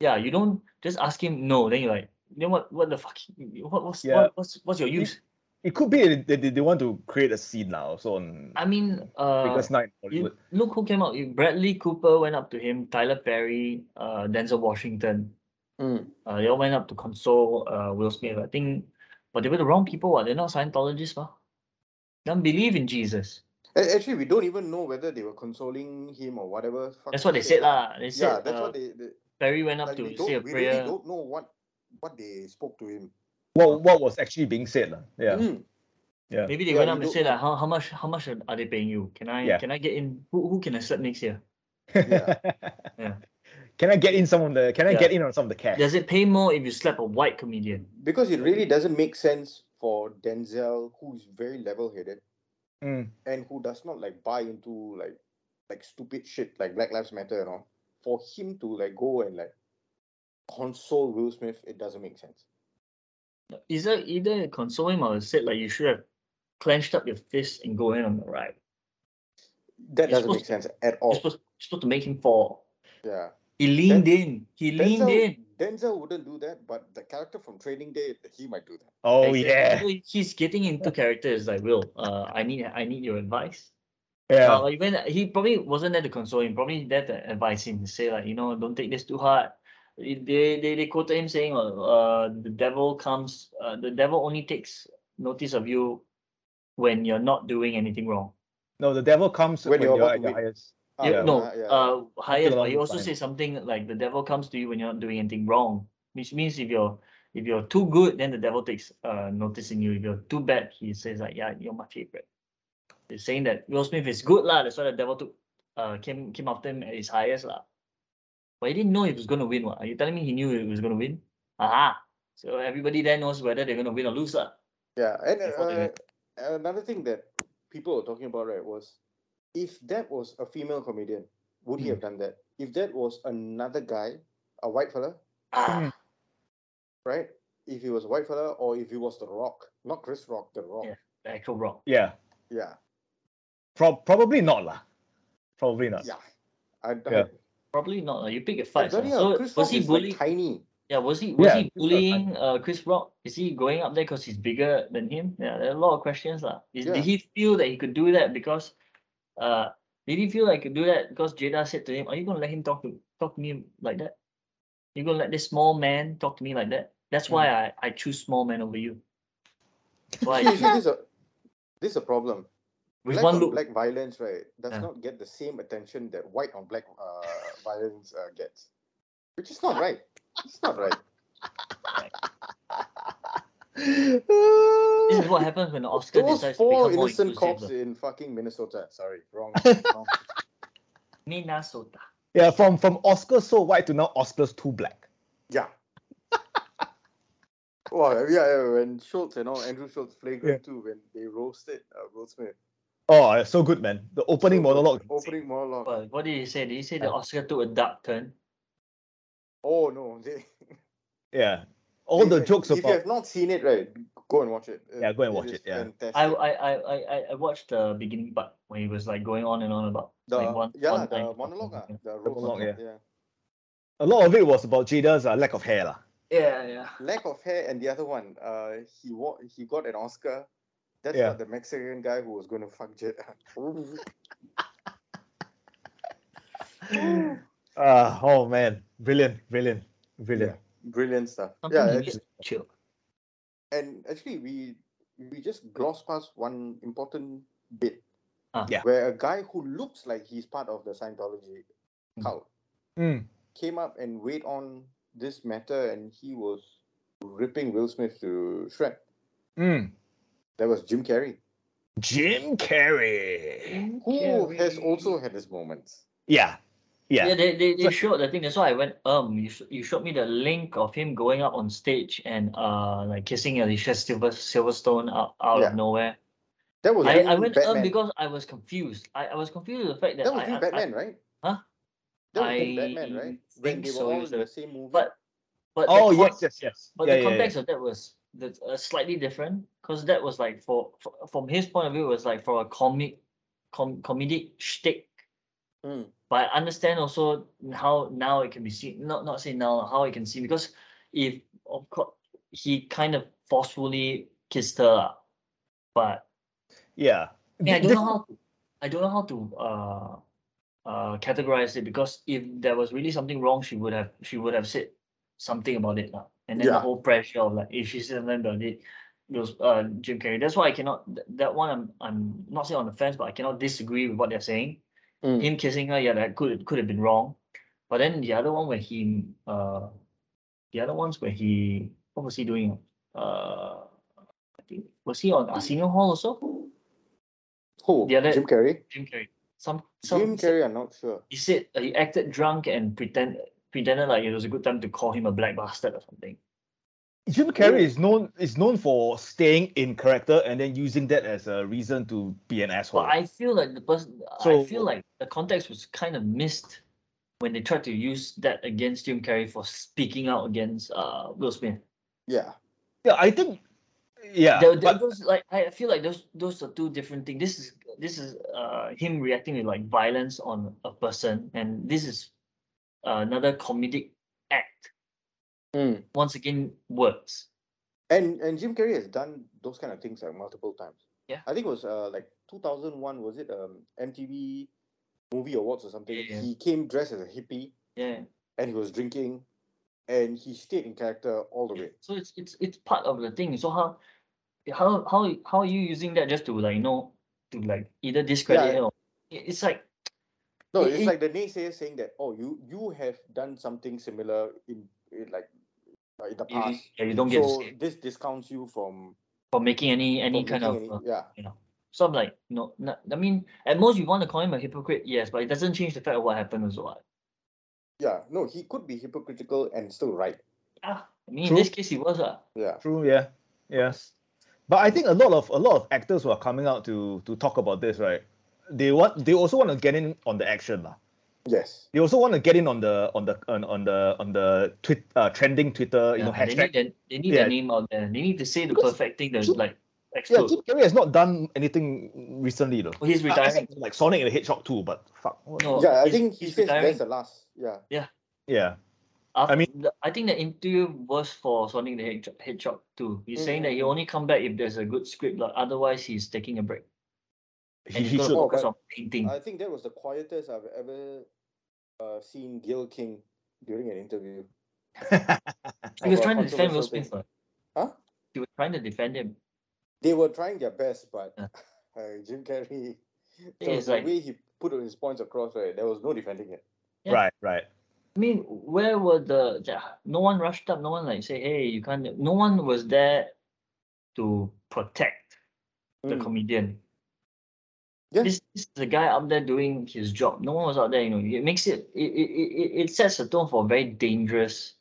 C: yeah you don't just ask him no then you're like then what what the fuck what, what's
D: Yeah.
C: what, what's what's your use
D: It could be that they, they, they want to create a scene now. also on
C: i mean uh
D: biggest night in
C: you,
D: Hollywood.
C: look who came out You- bradley cooper went up to him tyler perry uh denzel washington
B: Mm.
A: Hmm.
C: uh, they all went up to console uh, Will Smith. I think, but they were the wrong people. What? They're not Scientologists, ma. Don't believe in Jesus.
B: A- Actually, we don't even know whether they were consoling him or whatever. fuck
C: That's what they said, lah. They
B: Yeah,
C: said
B: that's
C: uh,
B: what they. they
C: Perry went up
B: like, we
C: to
B: don't,
C: say a
B: we
C: prayer.
B: really don't know what what they spoke to him.
D: What what was actually being said, lah? Yeah.
B: Mm.
D: Yeah.
C: Maybe they
B: Yeah,
C: went
B: we
C: up and
B: don't
C: said
B: know.
C: like, how, how much how much are are they paying you? Can I
D: Yeah.
C: can I get in? Who, who can I serve next year?
B: Yeah.
C: Yeah.
D: Can I get in some of the? Can I
C: Yeah.
D: get in on some of the cash?
C: Does it pay more if you slap a white comedian?
B: Because it really doesn't make sense for Denzel, who's very level-headed
D: Mm.
B: and who does not like buy into like like stupid shit like Black Lives Matter and all, for him to like go and like console Will Smith, it doesn't make sense.
C: Is that either console him or said like you should have clenched up your fist and go in on the right?
B: That
C: You're
B: doesn't make sense at
C: You're
B: all.
C: supposed, you're supposed to make him fall.
B: Yeah.
C: He leaned
B: Oh. Then-
C: in. He leaned in.
B: Denzel wouldn't do that, but the character from Training Day, he might do that.
D: Oh
C: Exactly.
D: yeah.
C: So he's getting into characters like Will. Uh, I need I need your advice.
D: Yeah.
C: Uh, even he probably wasn't there to console him. Probably there to advise him to say like you know don't take this too hard. They they, they quoted him saying uh, uh the devil comes uh, the devil only takes notice of you when you're not doing anything wrong.
D: No, the devil comes
B: When
D: when,
B: you're
D: you're
B: about
D: at
B: to
D: your
B: win.
D: highest.
B: Ah,
C: You-
D: Yeah.
C: no,
B: yeah, yeah.
C: uh, highest. But he
D: along
C: also
D: the
C: said something like the devil comes to you when you're not doing anything wrong, which means if you're if you're too good, then the devil takes uh notice in you. If you're too bad, he says like, yeah, you're my favorite. He's saying that Will Smith is good lah. That's why the devil took uh came came after him at his highest lah. But he didn't know he was gonna win. What are you telling me? He knew he was gonna win. Aha. So everybody there knows whether they're gonna win or lose lah.
B: Yeah, and
C: Before they
B: uh, another thing that people were talking about, right, was if that was a female comedian, would he
C: Hmm.
B: have done that? If that was another guy, a white fella,
C: Ah,
B: right? If he was a white fella, or if he was The Rock, not Chris Rock, The Rock.
C: Yeah. the actual rock.
D: Yeah.
B: Yeah,
D: Pro- probably not lah. Probably not.
B: yeah. I, I,
D: Yeah.
C: Probably not. lah. You pick your
B: But
C: fights.
B: bloody
C: lah.
B: hell,
C: So
B: Chris
C: was
B: Rock
C: he
B: is like
C: bullying?
B: tiny.
C: Yeah, was he was
D: Yeah,
C: he
D: Chris Rock, I-
C: bullying uh, Chris Rock? Is he going up there because he's bigger than him? Yeah, there are a lot of questions lah. Is,
B: Yeah.
C: Did he feel that he could do that because, uh, did he feel like he could do that because Jada said to him, "Are you gonna let him talk to talk to me like that? You gonna let this small man talk to me like that? That's why I
B: Mm.
C: I choose small man over you. That's why I
B: See, you see,
C: choose-
B: this is a this is a problem.
C: with
B: black
C: one
B: on
C: look.
B: black violence, right, does
C: Yeah.
B: not get the same attention that white on black uh, violence uh, gets, which is not right. It's not right.
C: This is what happens when the Oscar
B: Those
C: decides to
B: four
C: become more
B: innocent
C: inclusive.
B: cops
C: lah.
B: in fucking Minnesota. Sorry, wrong. wrong.
C: Minnesota.
D: Yeah. From from Oscars so white to now Oscars too black.
B: Yeah. Well, yeah, yeah, when Schultz and all Andrew Schultz flagrant too when they roasted uh, Will Smith.
D: Oh, so good, man. The opening
B: So,
D: monologue.
B: Opening monologue.
C: Well, what did he say? Did he say the
D: Yeah.
C: Oscar took a dark turn?
B: Oh no, they,
D: Yeah. All the
B: if-
D: jokes
B: If you
D: about
B: have not seen it, right, go and watch it.
D: Yeah, go and watch it,
B: is
D: yeah.
B: Fantastic.
C: I I I I- I I watched the beginning part when he was like going on and on about
B: the
C: like one
B: yeah
C: one
B: the
C: line.
B: monologue, ah,
C: yeah.
B: the roast
D: monologue, yeah.
B: yeah.
D: a lot of it was about Jada's uh, lack of hair lah.
C: yeah yeah
B: lack of hair and the other one uh he wa- he got an oscar that's
D: Yeah.
B: not the mexican guy who was going to fuck jet
D: Uh, oh man, brilliant, brilliant, brilliant.
B: brilliant stuff
C: Something
B: yeah
C: he
B: and,
C: needs to chill.
B: and actually we we just gloss past one important bit
C: Ah.
D: Yeah.
B: where a guy who looks like he's part of the scientology
C: Mm.
B: cult
D: Mm.
B: came up and weighed on this matter and he was ripping will smith to shred
D: Mm.
B: that was jim carrey
D: Jim Carrey.
B: who has also had his moments
D: Yeah. Yeah.
C: they, they, they
D: So-
C: showed the thing. That's why I went, um, you, sh- you showed me the link of him going up on stage and uh like kissing Alicia Silver Silverstone out, out
A: Yeah.
C: of nowhere.
B: That was
C: I,
B: during
C: I went um
B: Batman.
C: because I was confused. I, I was confused with the fact that
B: that was
C: I,
B: during
C: I-
B: Batman, right?
C: Huh?
B: That was during
C: I
B: Batman, right? When
C: think
B: they were
C: so,
B: all in the
C: the-
B: same movie.
C: but but the
D: Oh
C: con-
D: yes, yes, yes.
C: But
D: Yeah,
C: the
D: yeah, yeah.
C: context of that was the, uh, slightly different because that was like for, for from his point of view it was like for a comic com, comedic shtick.
B: Hmm.
C: But I understand also how now it can be seen. Not not say now how it can see because if of course he kind of forcefully kissed her, lah. but
D: Yeah.
C: yeah, I
D: Th-
C: don't know how to, I don't know how to uh uh categorize it because if there was really something wrong, she would have she would have said something about it lah. And then
B: Yeah.
C: the whole pressure of like if she said something about it, those uh Jim Carrey. That's why I cannot th- that one I'm I'm not saying on the fence, but I cannot disagree with what they're saying.
B: Mm.
C: Him kissing her, yeah, that could could have been wrong. But then the other one where he uh the other ones where he what was he doing? Uh I think was he on Arsenio Hall also?
B: Who?
C: the other-
B: Jim Carrey?
C: Jim Carrey. Some some
B: Jim Carrey, I'm not sure.
C: he said uh, he acted drunk and pretend pretended like it was a good time to call him a black bastard or something.
D: Jim Carrey is known is known for staying in character and then using that as a reason to be an asshole.
C: But I feel like the person, I
D: So-
C: feel like the context was kind of missed when they tried to use that against Jim Carrey for speaking out against uh, Will Smith.
B: Yeah.
D: yeah, I think. Yeah,
C: There- there-
D: but
C: those, like I feel like those those are two different things. This is this is uh, him reacting with like violence on a person, and this is uh, another comedic act.
B: Mm.
C: Once again, words.
B: And and Jim Carrey has done those kind of things like multiple times.
C: Yeah.
B: I think it was uh like 2001 was it um MTV Movie Awards or something.
C: Yeah, yeah.
B: He came dressed as a hippie
C: Yeah.
B: and he was drinking and he stayed in character all the way.
C: So it's it's it's part of the thing. So how how how how are you using that just to like you know to like either discredit
B: Yeah.
C: it or it- it's like
B: No,
C: It-
B: it's
C: it-
B: like the naysayers saying that oh you you have done something similar in, in like uh, in the
C: you,
B: past.
C: yeah, you don't get
B: So
C: escaped
B: this discounts you from
C: for making any any
B: from
C: kind of
B: making
C: uh,
B: yeah.
C: so I'm like no, no I mean at most you want to call him a hypocrite yes but it doesn't change the fact of what happened was what
B: Yeah, no, he could be hypocritical and still right.
C: ah I mean in
D: True.
C: this case he was uh,
B: Yeah.
D: True. Yeah. Yes. But I think a lot of a lot of actors who are coming out to to talk about this, right? They want they also want to get in on the action, lah.
B: Yes.
D: They also want to get in on the on the on, on the on the tweet uh, trending Twitter, you know,
C: yeah, they
D: hashtag.
C: need their, they need their
D: Yeah.
C: name out there they need to say the
D: Because-
C: perfect thing that
D: True.
C: like
D: Yeah,
C: explode
D: Jim Carrey has not done anything recently, though.
C: oh, he's
D: Uh,
C: retiring
D: except for, like Sonic and the Hedgehog 2, but fuck. what-
C: No. Oh,
B: yeah, I
C: he's-
B: think he
C: he's
B: says
C: retiring.
B: that's the last. Yeah.
D: Yeah.
C: Af-
D: I mean-
C: the- I think the interview was for Sonic the Hedgehog, Hedgehog too. He's saying that he
B: Mm.
C: only come back if there's a good script, like otherwise he's taking a break and
D: He,
C: he's
D: he
C: gonna
D: should.
B: Oh,
C: focus
B: but
C: on painting.
B: I think that was the quietest I've ever uh, seen Gil King during an interview.
C: he
B: about
C: was trying to defend Will
B: controversial
C: Smith,
B: things.
C: but
B: Huh?
C: he was trying to defend him.
B: They were trying their best, but
C: Yeah.
B: uh, Jim Carrey,
C: Thing
B: the,
C: is,
B: the
C: like-
B: way he put his points across, right, there was no defending it.
C: Yeah.
D: Right, right.
C: I mean, where were the the- no one rushed up, no one like say, hey, you can't. No one was there to protect the
B: Mm.
C: comedian.
B: Yeah.
C: This, this is the guy up there doing his job. No one was out there, you know. It makes it it it, it, it sets the tone for a very dangerous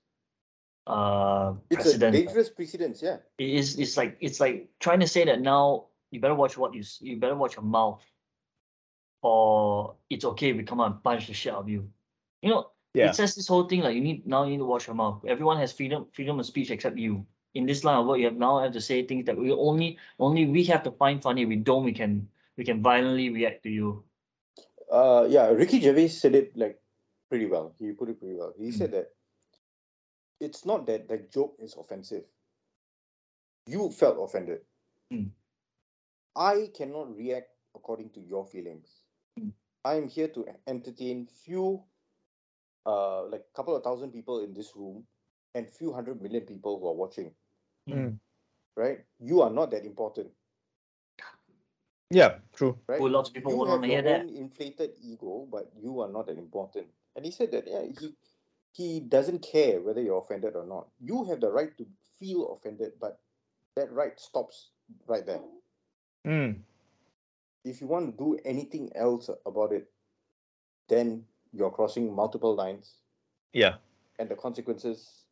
C: uh
B: it's a
C: precedent.
B: dangerous precedence, yeah.
C: it is it's like it's like trying to say that now you better watch what you s- you better watch your mouth or it's okay we come out and punch the shit out of you you know
D: Yeah.
C: it says this whole thing like you need now you need to watch your mouth everyone has freedom freedom of speech except you in this line of work you have now have to say things that we only only we have to find funny if we don't we can we can violently react to you
B: Uh, yeah, Ricky Gervais said it like pretty well. He put it pretty well. He
C: Mm.
B: said that it's not that the joke is offensive. You felt offended.
C: Mm.
B: I cannot react according to your feelings.
C: Mm.
B: I am here to entertain few, uh, like couple of thousand people in this room, and few hundred million people who are watching.
D: Mm.
B: Right? You are not that important.
D: Yeah, true.
B: Right?
C: Oh, lots of people
B: you
C: would
B: have
C: wanna
B: your
C: hear that.
B: own inflated ego, but you are not that important. And he said that yeah, he he doesn't care whether you're offended or not. You have the right to feel offended, but that right stops right there.
D: Mm.
B: If you want to do anything else about it, then you're crossing multiple lines,
A: Yeah.
B: and the consequences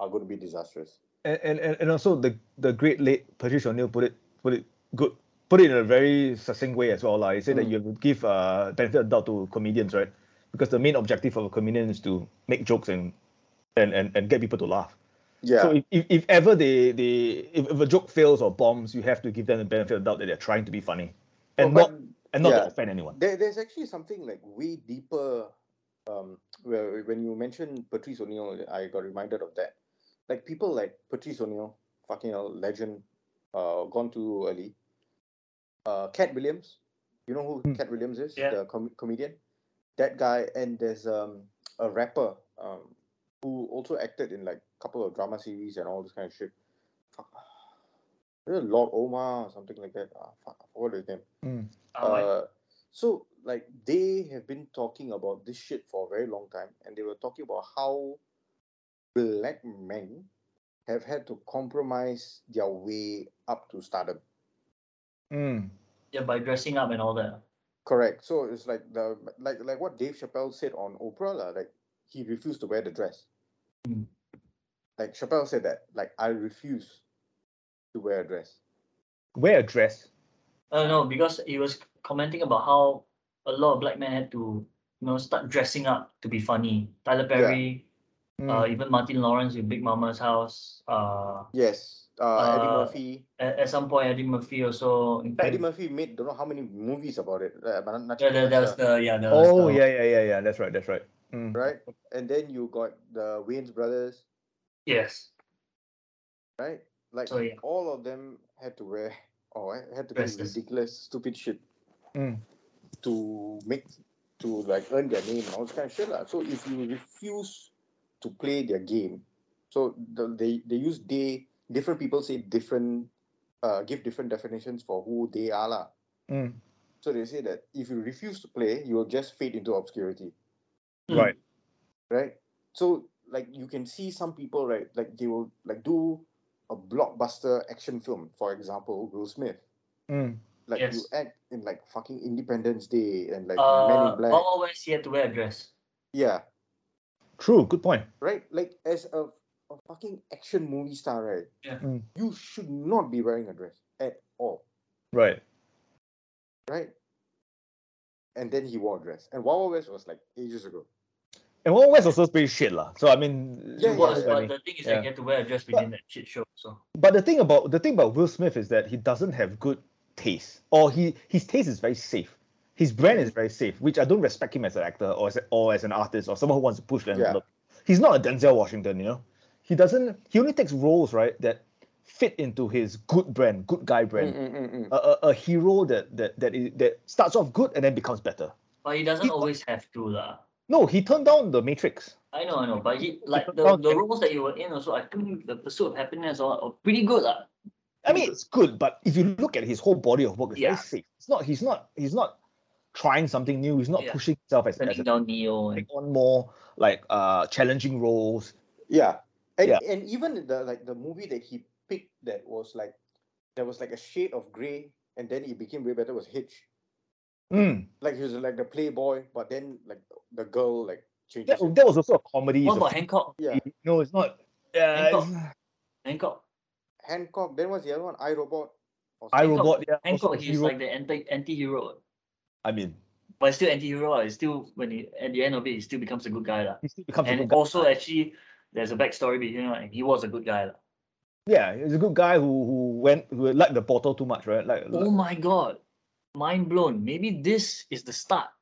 B: are going to be disastrous.
A: and and, and and also the the great late Patrice O'Neill put it put it good put it in a very succinct way as well. Like he said
B: Mm.
A: that you have to give uh benefit of doubt to comedians, right? Because the main objective of a comedian is to make jokes and and and, and get people to laugh.
B: Yeah.
A: So if, if, if ever they, they if, if a joke fails or bombs, you have to give them the benefit of doubt that they're trying to be funny. And
B: Oh,
A: not
B: but-
A: and not to
B: yeah.
A: offend anyone.
B: There, there's actually something like way deeper. Um, where when you mentioned Patrice O'Neill, I got reminded of that. Like people like Patrice O'Neill, fucking a legend, uh, gone too early. Uh, Cat Williams, you know who
A: Hmm.
B: Cat Williams is?
C: Yeah.
B: The com- comedian. That guy, and there's um a rapper um who also acted in like a couple of drama series and all this kind of shit. Fuck. Is it Lord Omar or something like that. Ah, fuck, I forgot his name.
C: Oh, I-
B: Uh, so like they have been talking about this shit for a very long time and they were talking about how black men have had to compromise their way up to stardom
A: Mm.
C: yeah, by dressing up and all that.
B: correct so it's like the like like what dave chappelle said on oprah lah, like he refused to wear the dress
C: Mm.
B: like chappelle said that like i refuse to wear a dress
A: Wear a dress.
C: Uh, no, because he was commenting about how a lot of black men had to, you know, start dressing up to be funny. Tyler Perry,
A: Mm.
C: uh, even Martin Lawrence with Big Mama's House. Uh,
B: yes uh, eddie
C: Uh,
B: murphy
C: at, at some point, Eddie Murphy also. in
B: eddie murphy made don't know how many movies about it uh, but not-
C: Yeah, there, there was the yeah. There was
A: oh
C: the,
A: yeah, yeah, yeah, yeah. That's right, that's right. Mm.
B: right and then you got the wayne's brothers
C: Yes.
B: right? Like
C: So, Oh, yeah.
B: all of them had to wear or had to do
C: Dresses.
B: ridiculous, stupid shit
A: Mm.
B: to make to like earn their name and all this kind of shit. lah. So if you refuse to play their game, so the, they they use they different people say different uh, give different definitions for who they are lah.
A: Mm.
B: So they say that if you refuse to play, you will just fade into obscurity.
C: Mm.
A: Right.
B: right? So like you can see some people, right? Like they will like do a blockbuster action film, for example, Will Smith.
A: Mm.
B: Like
C: Yes.
B: you act in like fucking Independence Day and like Men
C: Uh,
B: in Black.
C: always he had to wear a dress.
B: Yeah,
A: True, good point.
B: right. Like as a, a fucking action movie star, right?
C: Yeah.
A: Mm.
B: You should not be wearing a dress at all,
A: Right.
B: right? And then he wore a dress, and Wawa West was like ages ago.
A: And Wild West also pretty shit lah. So I mean,
B: Yeah,
C: It
A: it's
B: yeah,
C: was,
A: just
B: yeah.
A: funny.
C: but the thing is
A: Yeah.
C: that he had to wear a dress within that shit show. So
A: But the thing about the thing about Will Smith is that he doesn't have good taste, or he his taste is very safe. His brand is very safe, which I don't respect him as an actor or as a- or as an artist or someone who wants to push the
B: Yeah.
A: envelope. He's not a Denzel Washington, you know. He doesn't. He only takes roles right that fit into his good brand, good guy brand.
B: Mm, mm, mm, mm.
A: A, a, a hero that that that is, that starts off good and then becomes better.
C: but he doesn't
A: He-
C: always have to lah.
A: No, he turned down the Matrix.
C: I know, I know, but he like
A: turned
C: the,
A: down
C: the
A: Jack-
C: roles that you were in also. I think the pursuit of happiness are, are pretty good lah.
A: I mean, it's good, but if you look at his whole body of work, it's
C: Yeah.
A: very safe. It's not. He's not. He's not trying something new. He's not
C: Yeah.
A: pushing himself as, as
C: Turning
A: a,
C: down Neo and
A: take on more like uh challenging roles.
B: Yeah. And
A: Yeah.
B: and even the like the movie that he picked that was like there was like a shade of grey and then he became way better was Hitch.
A: Mm.
B: Like he was like the playboy, but then like the girl like changes.
A: That,
B: it.
A: that was also a comedy. it's
C: what
A: a
C: about Hancock?
B: yeah.
A: comedy. No, it's not. Uh,
C: Hancock.
A: it's-
C: Hancock.
B: Hancock, then was the other one, I Robot. or
A: I
B: something.
A: Robot. Yeah, also
C: Hancock.
A: a
C: He's
A: hero.
C: like the anti anti hero,
A: I mean,
C: but still anti hero. It's still when he at the end of it, he still becomes a good guy lah.
A: he still becomes a
C: And
A: good guy.
C: also actually, there's a backstory behind him. And he was a good guy ah. lah.
A: Yeah, he's a good guy who who went who liked the bottle too much, right? Like,
C: Oh my god, mind blown. Maybe this is the start.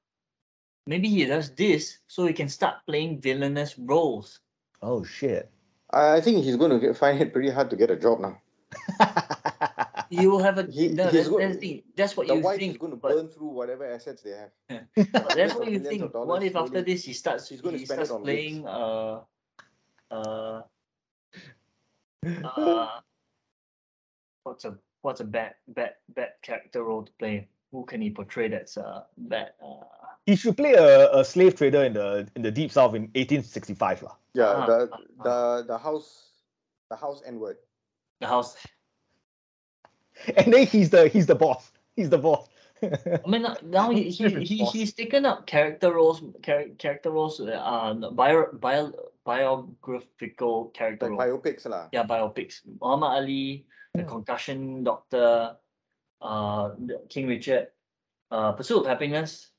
C: Maybe he does this so he can start playing villainous roles.
A: oh shit.
B: I I think he's going to get, find it pretty hard to get a job now.
C: You will have a
B: He-
C: no,
B: he's
C: that's,
B: good-
C: that's the thing. That's what
B: The
C: you
B: wife is
C: think.
B: going to
C: but-
B: burn through whatever assets they have.
C: but
B: millions
C: that's
B: of
C: what you
B: millions of
C: think.
B: dollars
C: What if after
B: slowly.
C: this he starts
B: He's gonna
C: he
B: spend it
C: starts
B: on
C: playing uh uh uh what's a what's a bad bad bad character role to play? Who can he portray that's uh bad uh
A: he should play a, a slave trader in the in the deep south in 1865 lah.
B: Yeah,
C: Ah,
B: the,
C: ah, ah.
B: the the house the house N word.
C: the house
A: and then he's the he's the boss. He's the boss.
C: I mean, uh, now he, he, he he's taken up character roles, char- character roles, uh, uh, bio, bio, biographical character
B: Like
C: roles.
B: biopics lah.
C: Yeah, biopics. Muhammad Ali, the concussion doctor, uh, the King Richard, uh, Pursuit of Happiness.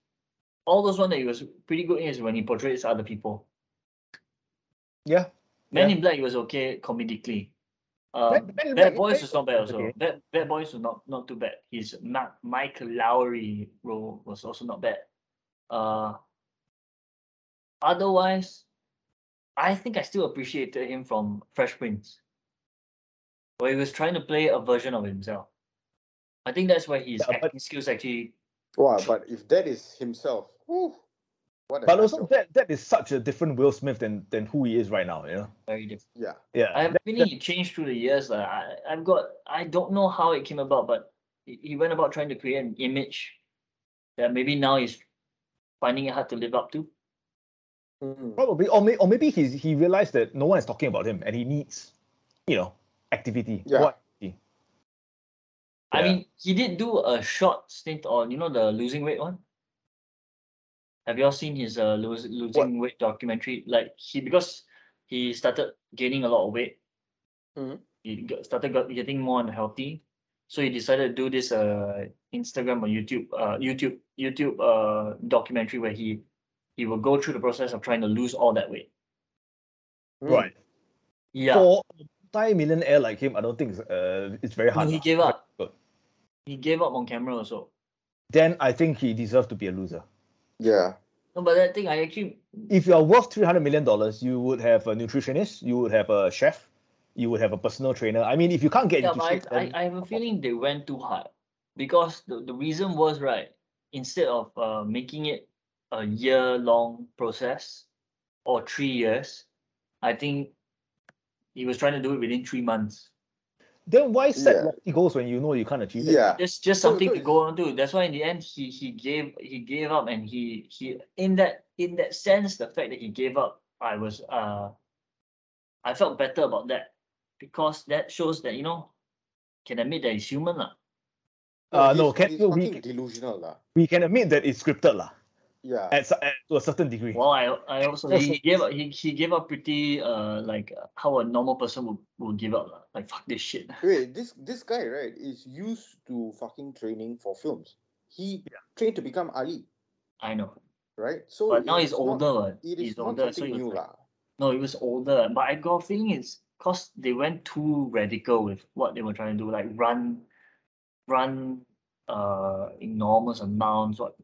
C: All those one that he was pretty good in is when he portrays other people.
A: yeah.
C: Men
A: Yeah.
C: in Black he was okay comedically. Um,
A: Man- Man in Black
C: Bad
A: is
C: Boys
A: very
C: was not bad also.
A: okay.
C: Bad Bad Boys was not not too bad. His Ma- Mike Lowry role was also not bad. Uh, otherwise, I think I still appreciated him from Fresh Prince, where he was trying to play a version of himself. I think that's where his
A: Yeah, but-
C: acting skills actually.
B: Wow, but if that is himself, whew, what a
A: But
B: nut
A: also
B: job.
A: that that is such a different Will Smith than than who he is right now, you know?
C: Very different.
B: yeah.
A: Yeah.
C: I have
A: that-
C: a feeling it changed through the years. Like I, I've got, I don't know how it came about, but he he went about trying to create an image that maybe now he's finding it hard to live up to.
B: Mm.
A: Probably, or, may, or maybe he's, he realized that no one is talking about him and he needs, you know, activity.
B: Yeah.
A: What?
C: I
A: Yeah.
C: mean, he did do a short stint on, you know, the losing weight one. Have you all seen his uh, lose, losing weight documentary? Like he because he started gaining a lot of weight.
A: Mm-hmm.
B: Mhm.
C: He got, started got, getting more unhealthy, so he decided to do this uh Instagram or YouTube uh YouTube YouTube uh documentary where he he will go through the process of trying to lose all that weight.
B: Mm.
A: Right.
C: Yeah,
A: For a multi-millionaire like him, I don't think it's, uh, it's very
C: no,
A: hard.
C: he
A: lah.
C: gave up.
A: Good.
C: He gave up on camera also.
A: Then I think he deserves to be a loser.
B: Yeah.
C: No, but that thing I actually
A: If you are worth three hundred million dollars, you would have a nutritionist, you would have a chef, you would have a personal trainer. I mean, if you can't get
C: Yeah,
A: into shape,
C: but I, I,
A: then-
C: I have a feeling they went too hard because the, the reason was right. Instead of uh, making it a year long process or three years, I think he was trying to do it within three months.
A: then why set
B: Yeah.
A: lofty goals when you know you can't achieve it?
B: Yeah.
C: It's just
B: So-
C: something
B: so
C: to go on to. That's why in the end he he gave he gave up and he he in that in that sense the fact that he gave up I was uh I felt better about that because that shows that you know can admit that he's human lah.
A: Uh, no,
B: he's-
A: can
B: he's
A: you
B: fucking
A: re-
B: delusional lah.
A: We can admit that it's scripted lah,
B: Yeah.
A: at, su- at to a certain degree.
C: Well, I I also
A: Also-
C: he, he gave up he, he gave up pretty uh like uh, how a normal person would, would give up lah. like fuck this shit.
B: Wait, this this guy right is used to fucking training for films. He trained to become Ali,
C: I know,
B: right? So
C: but now
B: Oh, it
C: he's
B: is not-
C: older. what.
B: It
C: he's
B: is not
C: older, so
B: something
C: he
B: new
C: was like,
B: lah.
C: no, he was older. But I got a feeling it's cause they went too radical with what they were trying to do, like run, run, uh, enormous amounts. What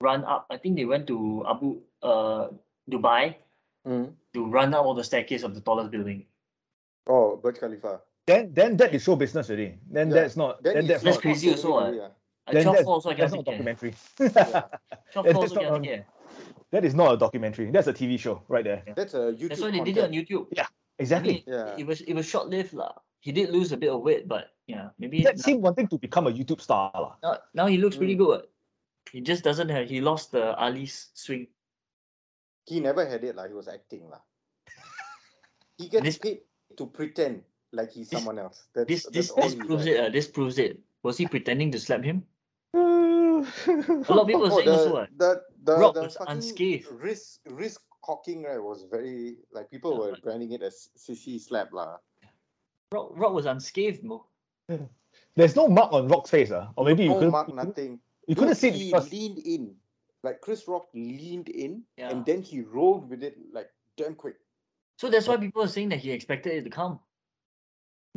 C: run up? I think they went to Abu uh Dubai
B: Mm.
C: to run up all the staircase of the tallest building.
B: Oh, Burj Khalifa.
A: Then then that is show business already. Then
B: Yeah.
A: that's not.
B: Then
A: Then
B: it's
A: that's
C: That's
A: not.
B: not
C: crazy also,
B: documentary,
C: Uh,
A: Then
C: Twelve
A: that's,
C: also I
A: that's
C: cannot
A: not a documentary.
C: think. eh.
B: yeah. Yeah.
C: Twelve
A: That's
C: also
A: not
C: cannot
A: on-
C: think. eh.
A: that is not a documentary. That's a TV show right there.
B: That's a YouTube.
C: That's why they did it on
B: content.
C: YouTube. I
A: Exactly.
C: mean,
B: Yeah.
C: it was it was short lived lah. He did lose a bit of weight, but yeah, maybe
A: That's
C: now,
A: him wanting to become a YouTube star lah.
C: now, now he looks pretty
A: Mm.
C: good. He just doesn't have. He lost the Ali's swing.
B: He never had it like he was acting lah. He gets
C: This-
B: paid to pretend like he's
C: this-
B: someone else. That's
C: This
B: that's
C: this
B: all
C: this
B: he
C: proves
B: does.
C: it. Uh, this proves it. Was he pretending to slap him? A
A: yeah,
C: lot of people were saying
A: Oh,
B: Oh,
C: uh, also
B: the,
C: what.
B: the, the,
C: Rock
B: the
C: was
B: fucking
C: unscathed.
B: Wrist, wrist cocking right was very like people
C: Yeah,
B: were
C: but-
B: branding it as sissy slap lah.
C: Rock, Rock was unscathed, Mo.
A: there's no mark on Rock's face, ah, or maybe you
B: No
A: couldn't.
B: mark,
A: you couldn't-
B: nothing.
A: You couldn't
B: Dude,
A: see it
B: He
A: because
B: leaned in, like Chris Rock leaned in,
C: Yeah.
B: and then he rolled with it like damn quick.
C: So that's why people are saying that he expected it to come.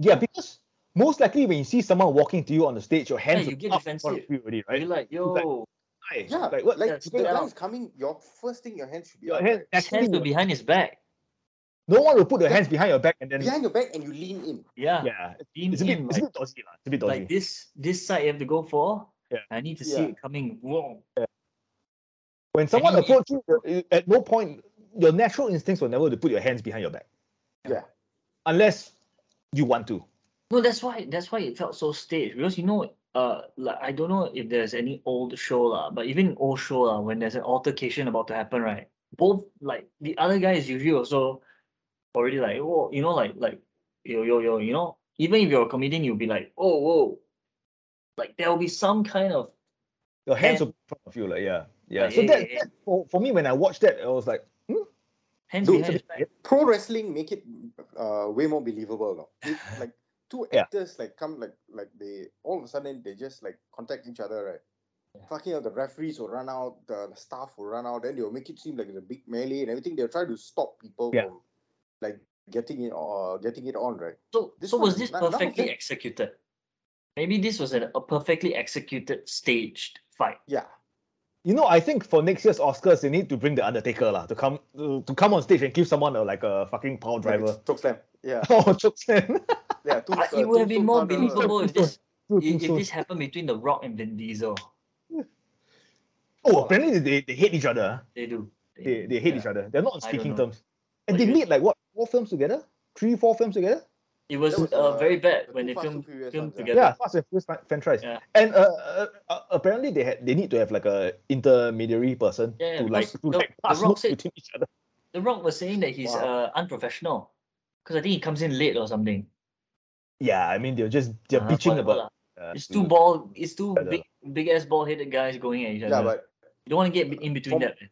A: yeah, because most likely when you see someone walking to you on the stage, your hands
C: you
A: are
C: get
A: up in front
C: defensive.
A: of you already,
C: You're
A: right?
C: like, yo,
A: Hi.
B: Yeah,
A: Like what?
B: Like
C: Yes,
B: the
C: yeah.
B: guy's coming, your first thing your hands should be
A: your
B: up,
A: hands
B: right?
C: his
A: naturally
C: hands were
A: will-
C: behind his back.
A: No one will put their
B: Yeah.
A: hands behind your back and then
B: behind your back, and you lean in.
C: Yeah,
A: yeah,
C: lean
A: it's a bit
C: in
A: it's a bit
C: like
A: dodgy lah. It's a bit dodgy.
C: like this this side you have to go for.
A: Yeah.
C: I need to see
B: Yeah.
C: it coming. Whoa.
A: When someone
C: you-
A: approaches you, uh, at no point your natural instincts were never to put your hands behind your back.
B: Yeah.
A: Unless you want to.
C: No, that's why that's why it felt so staged because you know, uh, like I don't know if there's any old show lah, but even in old show lah, when there's an altercation about to happen, right? Both like the other guy is usually also already like, oh, you know, like like yo yo yo, you know, even if you're a comedian, you'll be like, oh whoa, like there will be some kind of
A: Your hands
C: And-
A: will be in front of you, like yeah, yeah.
C: Like,
A: so
C: yeah,
A: that,
C: yeah, yeah.
A: that- for, for me when I watched that, I was like,
C: Hands
B: Dude,
C: behind
B: so
C: his back.
B: pro wrestling make it uh, way more believable now. It, like two
A: Yeah.
B: actors like come like like they all of a sudden they just like contact each other right.
C: Yeah.
B: Fucking hell, the referees will run out, the staff will run out, then they'll make it seem like it's a big melee and everything. They'll try to stop people
A: Yeah.
B: from like getting it or getting it on, right?
C: So,
B: This
C: so was
B: one-
C: this
B: none- none of
C: perfectly
B: them-
C: executed? Maybe this was an, a perfectly executed staged fight.
B: Yeah,
A: you know, I think for next year's Oscars, they need to bring the Undertaker lah to come to, to come on stage and give someone a, like a fucking power driver.
B: Choke slam. Yeah,
A: oh, chokes man.
B: yeah. Two,
C: I-
B: uh,
C: it would
B: two-
C: have been
B: two
C: more
B: pounder.
C: believable if this
A: Dude,
C: if, if
A: so-
C: this happened between The Rock and Vin Diesel.
A: oh, apparently they, they hate each other. ah.
C: They do. They,
A: They, they hate each
C: yeah.
A: other. They're not on
C: I don't
A: speaking
C: know.
A: terms. And
C: What
A: they
C: do you-
A: made like what four films together? Three, four films together?
C: It was,
B: That was,
C: uh,
B: uh,
C: very bad
B: the
C: when
B: two
C: they
B: Fast, two
C: filmed,
B: Furious
C: filmed
B: ones, yeah.
C: together.
A: Yeah, Fast and Furious fran- franchise.
C: Yeah.
A: And uh, uh, uh, apparently they had they need to have like a intermediary person
C: Yeah,
A: to like
C: because
A: to
C: The-
A: like
C: The
A: pass
C: Rock
A: notes
C: said-
A: between each other.
C: The Rock was saying that he's
B: Wow.
C: uh, unprofessional because I think he comes in late or something.
A: Yeah, I mean they're just they're
C: Uh,
A: bitching
C: whatever
A: about.
C: lah.
A: Uh,
C: It's two ball. It's two
A: Other.
C: big big ass ball headed guys going at each other.
B: Yeah, but
C: you don't want to get in between
B: From-
C: that. man.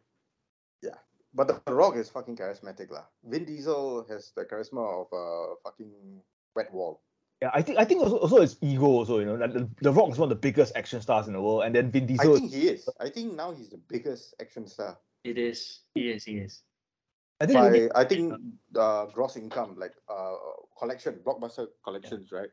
B: But The Rock is fucking charismatic, lah. Vin Diesel has the charisma of a fucking wet wall.
A: Yeah, I think I think also, also it's ego also you know like the, the Rock is one of the biggest action stars in the world, and then Vin Diesel.
B: I think he is. I think now he's the biggest action star.
C: It is. It is. It is.
A: I think
B: By I think uh, gross income, like uh, collection, blockbuster collections, right?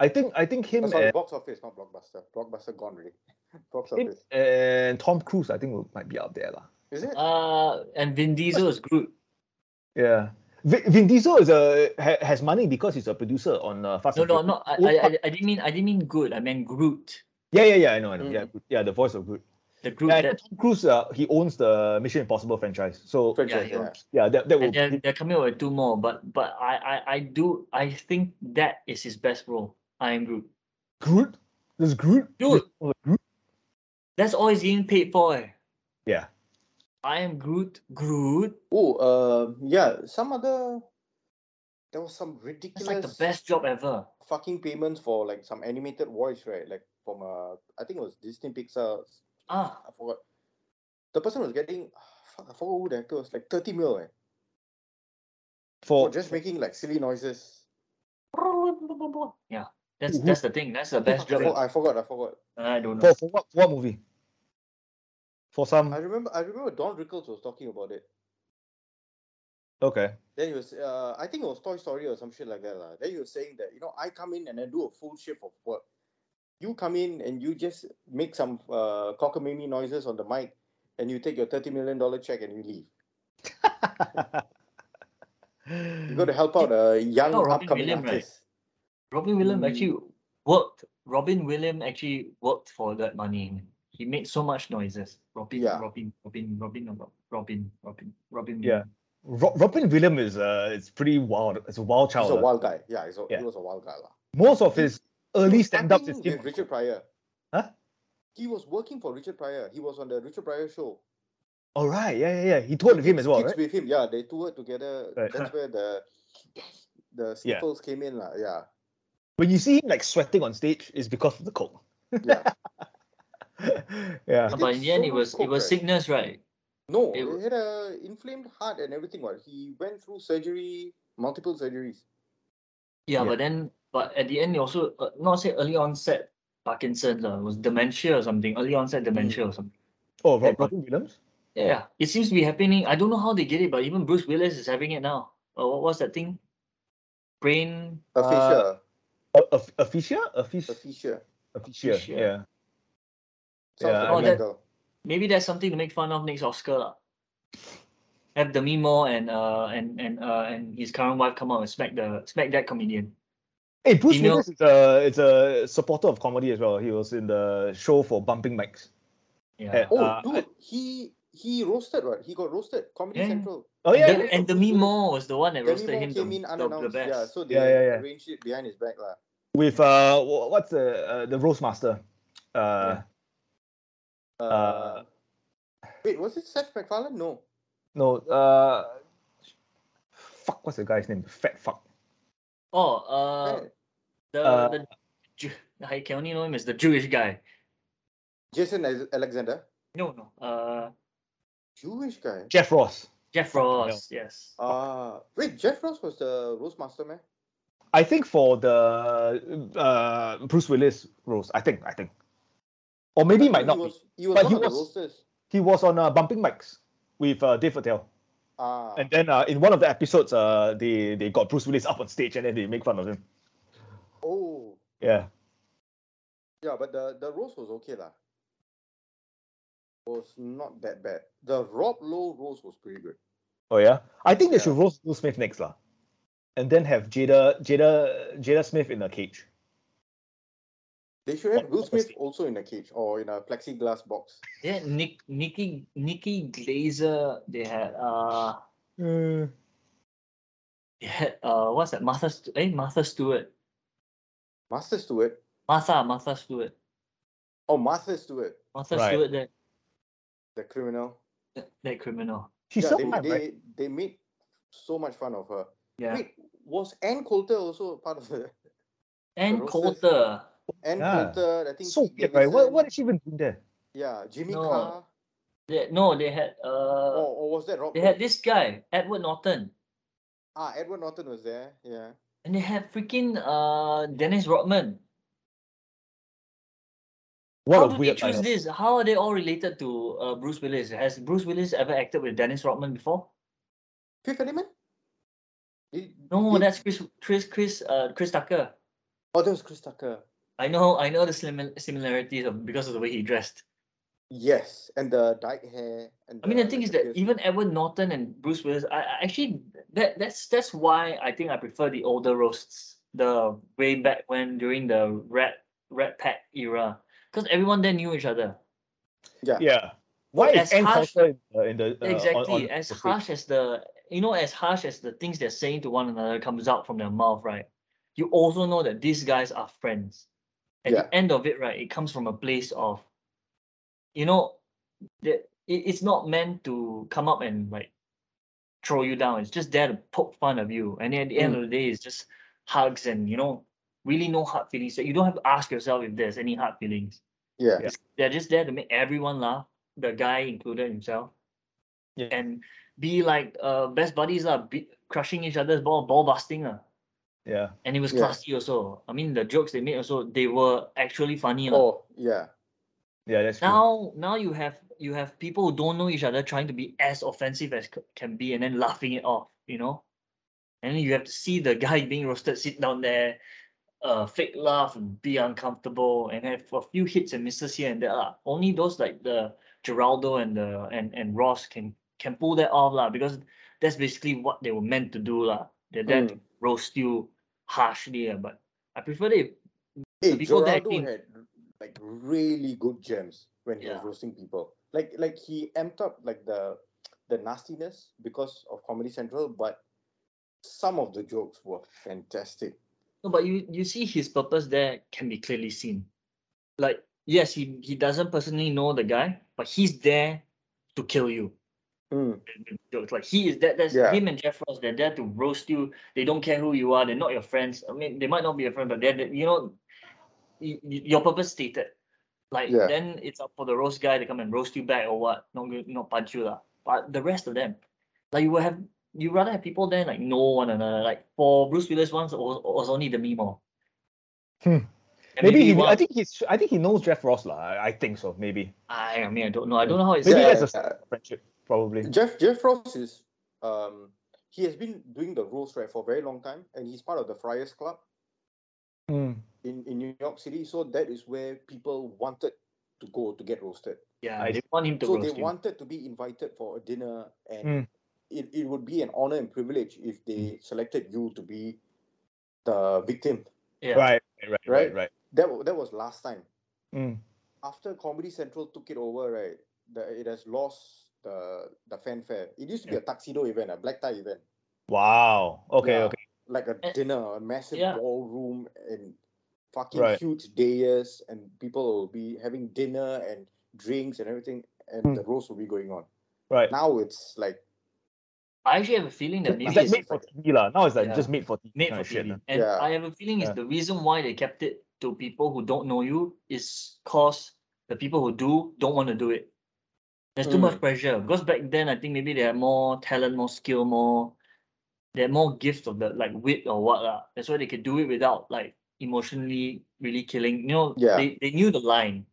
A: I think I think him
B: Oh, sorry,
A: and,
B: box office, not blockbuster. Blockbuster gone really. box
A: him
B: office.
A: and Tom Cruise I think will, might be up there lah.
B: Is it?
C: Uh, and Vin Diesel is Groot.
A: Yeah, Vin, Vin Diesel is a ha, has money because he's a producer on uh, Fast.
C: No,
A: and Furious.
C: no, not. I, I, I- I didn't mean. I didn't mean good. I meant Groot.
A: Yeah, yeah, yeah. I know, I know.
B: Mm.
C: Mm-hmm.
A: Yeah, good. yeah. The voice of good.
C: The Groot.
A: Yeah, I know
C: that,
A: Tom Cruise. Uh, he owns the Mission Impossible franchise. So
B: Franchise,
C: yeah.
B: yeah.
A: yeah, that that will.
C: and they're, they're coming up with two more. But but I, I I do. I think that is his best role. I am Groot.
A: Groot. There's Groot.
C: Dude.
A: There's Groot.
C: That's all he's getting paid for. eh.
A: Yeah.
C: I am Groot. Groot.
B: Oh, uh, yeah. Some other. There was some
C: That's
B: ridiculous.
C: like the best job ever.
B: fucking payments for like some animated voice, right? Like from uh, I think it was Disney Pixar.
C: Ah,
B: I forgot. The person was getting, fuck, I forgot who the actor was, like 30 mil, eh,
A: For
B: for
C: Oh.
B: just making like silly noises.
C: yeah. That's
A: Who-
C: that's the thing. That's the
B: Oh,
C: best
B: I,
C: job.
B: for-
C: ever.
B: I forgot, I forgot.
C: I don't know.
A: for, for what what movie? For
B: I
C: Hmm.
A: some.
B: remember, I remember Don Rickles was talking about it.
A: Okay.
B: Then he was, uh, I think it was Toy Story or some shit like that. lah. Then he was saying that, you know, I come in and I do a full shift of work. You come in and you just make some uh, cockamamie noises on the mic and you take your $30 million check and you leave. You got to help out a young
C: Oh, Hmm. Robin
B: upcoming
C: Williams, right?
B: artist.
C: Robin Williams
B: Mm.
C: actually worked. Robin Williams actually worked for that money. He made so much noises. Robin,
B: Yeah.
C: Robin, Robin, Robin, Robin, Robin, Robin, Robin.
A: Yeah. Ro- Robin Williams is uh, it's pretty wild. It's a wild child.
B: He's a
A: lah.
B: wild guy. Yeah, he's a,
A: Yeah.
B: he was a wild guy. lah.
A: Most of his
B: He
A: early
B: was
A: stand-ups is
B: working
A: him.
B: with Richard Pryor.
A: Huh?
B: He was working for Richard Pryor. He was on the Richard Pryor show.
A: All right. Yeah, yeah, yeah. He toured with him as well,
B: Kids
A: right?
B: with him. Yeah, they toured together.
A: Right.
B: That's where the the
A: Yeah.
B: sniffles came in. lah. Yeah.
A: When you see him like sweating on stage, it's because of the coke.
B: Yeah.
A: yeah.
C: No,
B: He
C: but
B: did
C: in the end,
B: so
C: it
B: much
C: was it
B: coke,
C: was
B: right?
C: sickness, right?
B: No,
C: It w-
B: he had a inflamed heart and everything. What? He went through surgery, multiple surgeries.
C: Yeah,
A: Yeah.
C: But then, but at the end, he also uh, not say early onset Parkinson's. Uh, it was dementia or something. Early onset dementia or something.
A: Oh, Rob,
C: That-
A: Robin Williams.
C: Yeah. It seems to be happening. I don't know how they get it, but even Bruce Willis is having it now. Uh, what was that thing? Brain.
A: Uh,
B: Aphasia.
A: A- a- Aphasia? Aphis-
B: aphasia.
A: Aphasia.
C: aphasia.
A: Yeah.
B: Sounds
A: Yeah,
B: like
A: I
B: a
C: mean-
B: girl.
C: Maybe that's something to make fun of next Oscar. lah. Have the Mimo and uh and and uh and his current wife come out and smack the smack that comedian.
A: Hey, Bruce
C: You know-
A: Willis is a, is a supporter of comedy as well. He was in the show for Bumping Mics.
C: Yeah.
B: Oh,
A: Uh,
B: dude, he he roasted what? He got roasted. Comedy
C: Yeah.
B: Central.
A: Oh yeah,
C: and,
A: yeah,
C: the, and the Mimo was the one that
B: Demi
C: roasted
B: Moore
C: him
B: came
C: the,
B: in
C: the, the
B: unannounced.
C: best.
B: Yeah, so they
A: Yeah, yeah, yeah.
B: arranged it behind his back, lah.
A: with uh, wh- what's the uh, the roast master? Uh,
C: Yeah.
B: Uh,
A: Uh,
B: wait, was it Seth MacFarlane? No,
A: no, uh, fuck, what's the guy's name? Fat fuck.
C: Oh, uh
B: Right.
C: the
A: Uh,
C: the Ju- I can only know him as the Jewish guy.
B: Jason Ale- Alexander,
C: No, no. Uh,
B: Jewish guy.
D: Jeff Ross.
C: Jeff Ross. Yes.
B: Ah, wait, Jeff Ross was the Rose Master man.
D: I think for the uh, Bruce Willis roles, I think, I think, or maybe
B: I
D: he might
B: thought
D: not be.
B: He was, he was
D: But
B: one
D: he
B: of
D: was-
B: the roasters.
D: He was on uh, Bumping Mics with uh, Dave Attell,
B: Ah,
D: and then uh, in one of the episodes, uh, they they got Bruce Willis up on stage, and then they make fun of him.
B: oh,
D: Yeah,
B: yeah, but the the roast was okay lah. Was not that bad. The Rob Lowe roast was pretty good.
D: oh yeah. I think they
B: Yeah.
D: should roast Will Smith next lah, and then have Jada Jada Jada Smith in a cage.
B: They should have
D: Like,
B: Will Smith
D: obviously.
B: also in a cage or in a plexiglass box.
C: Yeah, Nick, Nikki, Nikki Glazer. They had uh, they had uh, what's that? Martha, Stu- eh, Martha Stewart.
B: Master Stewart.
C: Martha, Martha Stewart.
B: Oh, Master Stewart,
C: Martha
D: Right.
C: Stewart, that,
B: the criminal.
C: that that criminal.
D: She's
B: yeah,
D: so
B: they,
D: hot,
B: they,
D: right?
B: they made so much fun of her.
C: Yeah.
B: Wait, was Ann Coulter also part of the
C: and
B: roasters.
C: Coulter.
B: Ann
D: Yeah.
B: Coulter? I think
D: So
B: Pete
D: weird, right? What
B: Davidson.
D: what is she even doing there?
B: Yeah, Jimmy
C: No.
B: Carr.
C: They, no, they had
B: Or,
C: uh,
B: or Oh, was that Rob?
C: they
B: Lowe?
C: had this guy Edward Norton,
B: Ah, Edward Norton was there. Yeah.
C: and they had freaking uh, Dennis Rodman.
D: What
C: How
D: a
C: do they
D: weird
C: choose
D: lineup.
C: this? How are they all related to uh, Bruce Willis? Has Bruce Willis ever acted with Dennis Rodman before?
B: Fifth Element? Did,
C: No,
B: did-
C: that's Chris, Chris, Chris, uh, Chris Tucker.
B: Oh, that was Chris Tucker.
C: I know, I know the simil- similarities of because of the way he dressed.
B: Yes, and the dyed hair. And
C: I mean, the
B: the-
C: thing is
B: the
C: that
B: piercing.
C: even Edward Norton and Bruce Willis, I, I actually that that's that's why I think I prefer the older roasts, the way back when during the Rat Rat Pack era, because everyone there knew each other.
D: Yeah. Why is
C: as
D: Ann
C: harsh-
D: Coulter in the, in the uh, on-
C: exactly,
D: on
C: as
D: the stage?
C: harsh as the you know as harsh as the things they're saying to one another comes out from their mouth, right? You also know that these guys are friends. At
B: Yeah.
C: the end of it, right, it comes from a place of, you know, that it, it's not meant to come up and like throw you down. It's just there to poke fun of you. And at the
D: Mm.
C: end of the day, it's just hugs and you know, really no hard feelings. So you don't have to ask yourself if there's any hard feelings.
B: Yeah.
D: Yeah.
C: They're just there to make everyone laugh, the guy included himself,
D: Yeah.
C: and be like uh best buddies lah, be, crushing each other's ball, ball busting lah.
D: Yeah.
C: And it was
B: Yeah.
C: classy also. I mean, the jokes they made also they were actually funny lah.
B: Oh, yeah.
D: Yeah, that's true.
C: Now, now you have you have people who don't know each other trying to be as offensive as c- can be, and then laughing it off, you know. And then you have to see the guy being roasted sit down there, uh, fake laugh and be uncomfortable, and have a few hits and misses here and there. lah. Only those like the Geraldo and the and and Ross can can pull that off, lah. Because that's basically what they were meant to do, lah. They're there to
B: Mm.
C: roast you harshly, ah, but I prefer it.
B: Hey,
C: people that
B: Geraldo
C: clean.
B: had like really good gems when he was
C: Yeah.
B: roasting people. Like like he amped up like the the nastiness because of Comedy Central, but some of the jokes were fantastic.
C: No, but you you see his purpose there can be clearly seen. Like yes, he he doesn't personally know the guy, but he's there to kill you.
B: Mm.
C: Jokes, Like he is that that's
B: Yeah.
C: him and Jeff Ross. They're there to roast you. They don't care who you are. They're not your friends. I mean, they might not be your friend, but they're the- you know, y- y- your purpose stated. Like
B: Yeah.
C: then it's up for the roast guy to come and roast you back or what? Not good, not punch you lah. But the rest of them, like you will have you rather have people there like know one another. Like for Bruce Willis once was, was only the Mimo.
D: Hmm.
C: And
D: Maybe, he,
C: one-
D: I think he's I think he knows Jeff Ross lah. I, I think so. Maybe
C: I, I mean, I don't know. I don't know how it's.
D: maybe
B: Yeah,
D: that's a uh,
B: yeah.
D: friendship. Probably.
B: Jeff Jeff Ross is um he has been doing the roast right for a very long time and he's part of the Friars Club
D: Hmm.
B: in, in New York City. So that is where people wanted to go to get roasted.
C: Yeah,
D: I
C: they want him to
B: so
C: roast
B: they
C: him.
B: wanted to be invited for a dinner and
D: Mm.
B: it, it would be an honor and privilege if they selected you to be the victim
C: yeah.
D: Right, right, right, right,
B: Right?
D: right.
B: that, wa- that was last time
D: Mm.
B: after comedy central took it over right the, it has lost the the fanfare it used to be a tuxedo event a black tie event
D: Wow. Okay,
B: Yeah,
D: okay.
B: like a
C: Eh,
B: dinner a massive
C: yeah.
B: ballroom and fucking
D: Right.
B: huge dais and people will be having dinner and drinks and everything and
D: Mm.
B: the roast will be going on
D: Right.
B: now it's like
C: I actually have a feeling that
D: It's
C: maybe
D: like
C: it's
D: made for TV lah. Now it's like
C: Yeah.
D: just made for TV.
C: made
D: kind
C: for
D: of shit,
C: TV.
D: lah.
C: And
B: Yeah.
C: I have a feeling is
D: Yeah.
C: the reason why they kept it to people who don't know you is cause The people who do don't want to do it. There's too
B: Mm.
C: much pressure because back then I think maybe they had more talent, more skill, more they had more gift of the like wit or what lah. That's why they could do it without like emotionally really killing. You know,
B: Yeah.
C: they, they knew the line.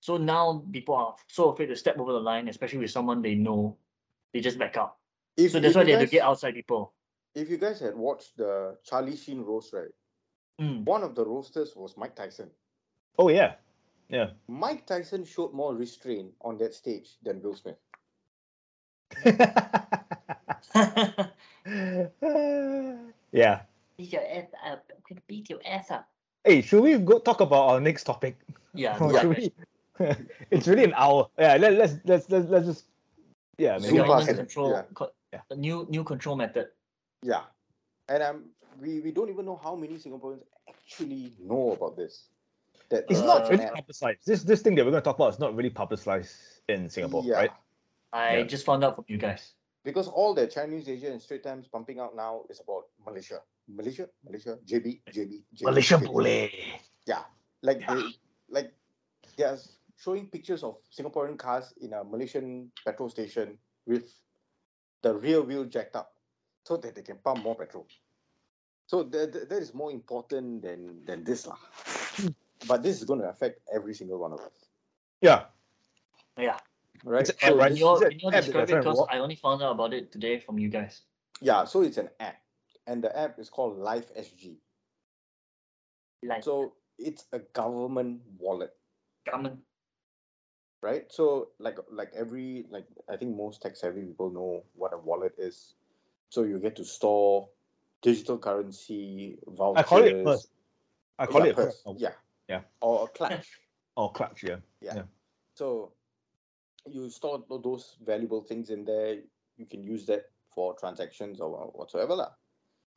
C: So now people are so afraid to step over the line, especially with someone they know. They just back up.
B: If,
C: So that's
B: if
C: why
B: you
C: they had to
B: guys-
C: get outside people.
B: If you guys had watched the Charlie Sheen roast, right?
C: Mm.
B: One of the roasters was Mike Tyson.
D: Oh yeah,
B: Mike Tyson showed more restraint on that stage than Will Smith.
C: Mm.
D: yeah.
C: beat your ass up. I'm gonna beat your ass up.
D: Hey, should we go talk about our next topic?
C: Uh, Yeah.
D: Or
C: do
B: Yeah.
D: should
C: that.
D: we- it's really an hour. Yeah, let, let's let's let's let's just yeah.
C: The
D: Maybe.
B: Zoom
C: government
B: past it,
C: control
B: yeah.
C: co-
D: Yeah.
C: the new new control method.
B: Yeah. And I'm we, we don't even know how many Singaporeans actually know about this. That uh,
D: It's
B: there's
D: not
B: such
D: really
B: an app.
D: publicized. This this thing that we're going to talk about is not really publicized in Singapore,
B: Yeah.
D: right?
C: I
D: Yeah.
C: just found out from you guys.
B: Because all the China News Asia and Straight Times pumping out now is about Malaysia. Malaysia, Malaysia, JB, JB, JB. JB. Like they like they are showing pictures of Singaporean cars in a Malaysian petrol station with the rear wheel jacked up so that they can pump more petrol. So that, that- that is more important than than this lah. But this is going to affect every single one of us,
D: Yeah.
C: Yeah.
B: right?
D: It's an
B: So
D: app, right?
C: Can
B: this-
C: you all,
D: Is that
C: can you all
D: app that they're trying
C: describe it?
D: to
C: Because
D: walk?
C: I only found out about it today from you guys.
B: yeah, so it's an app, and the app is called Life SG.
C: Like
B: So it's a government wallet,
C: government.
B: right? So like like every like I think most tech savvy people know what a wallet is. So you get to store digital currency vouchers.
D: I call it a purse. I call
B: yeah,
D: it a purse.
B: purse, Yeah.
D: Yeah.
B: Or a clutch.
D: Oh, clutch. Yeah.
B: So you store tho- those valuable things in there. You can use that for transactions or wha- whatsoever. Lah.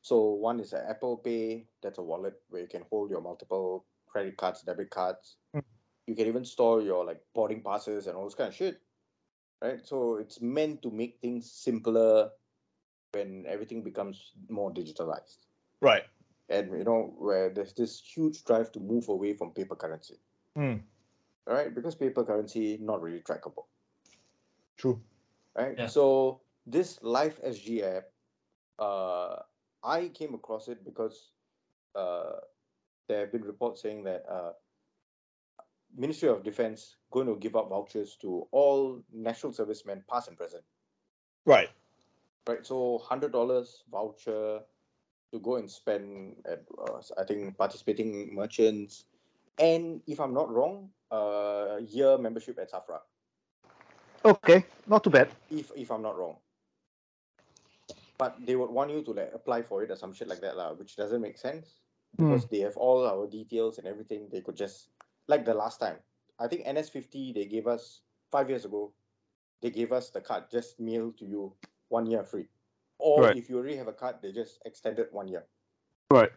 B: So one is a Apple Pay, that's a wallet where you can hold your multiple credit cards, debit cards.
D: Mm.
B: You can even store your like boarding passes and all this kind of shit. Right? So it's meant to make things simpler when everything becomes more digitalized.
D: Right.
B: And you know, where there's this huge drive to move away from paper currency.
D: Mm.
B: All right, because paper currency not really trackable.
D: True.
B: right?
C: Yeah.
B: So this Life SG app, uh, I came across it because uh, there have been reports saying that uh, Ministry of Defense going to give out vouchers to all national servicemen, past and present,
D: Right.
B: right? So hundred dollars voucher to go and spend at uh, I think participating merchants, and if I'm not wrong, uh, year membership at Safra.
A: Okay, not too bad.
B: if if I'm not wrong. But they would want you to like apply for it or some shit like that, lah, which doesn't make sense because they have all our details and everything. They could just like the last time. I think NS50 they gave us five years ago. They gave us the card just mailed to you one year free, or
D: Right.
B: if you already have a card, they just extended one year.
A: Right.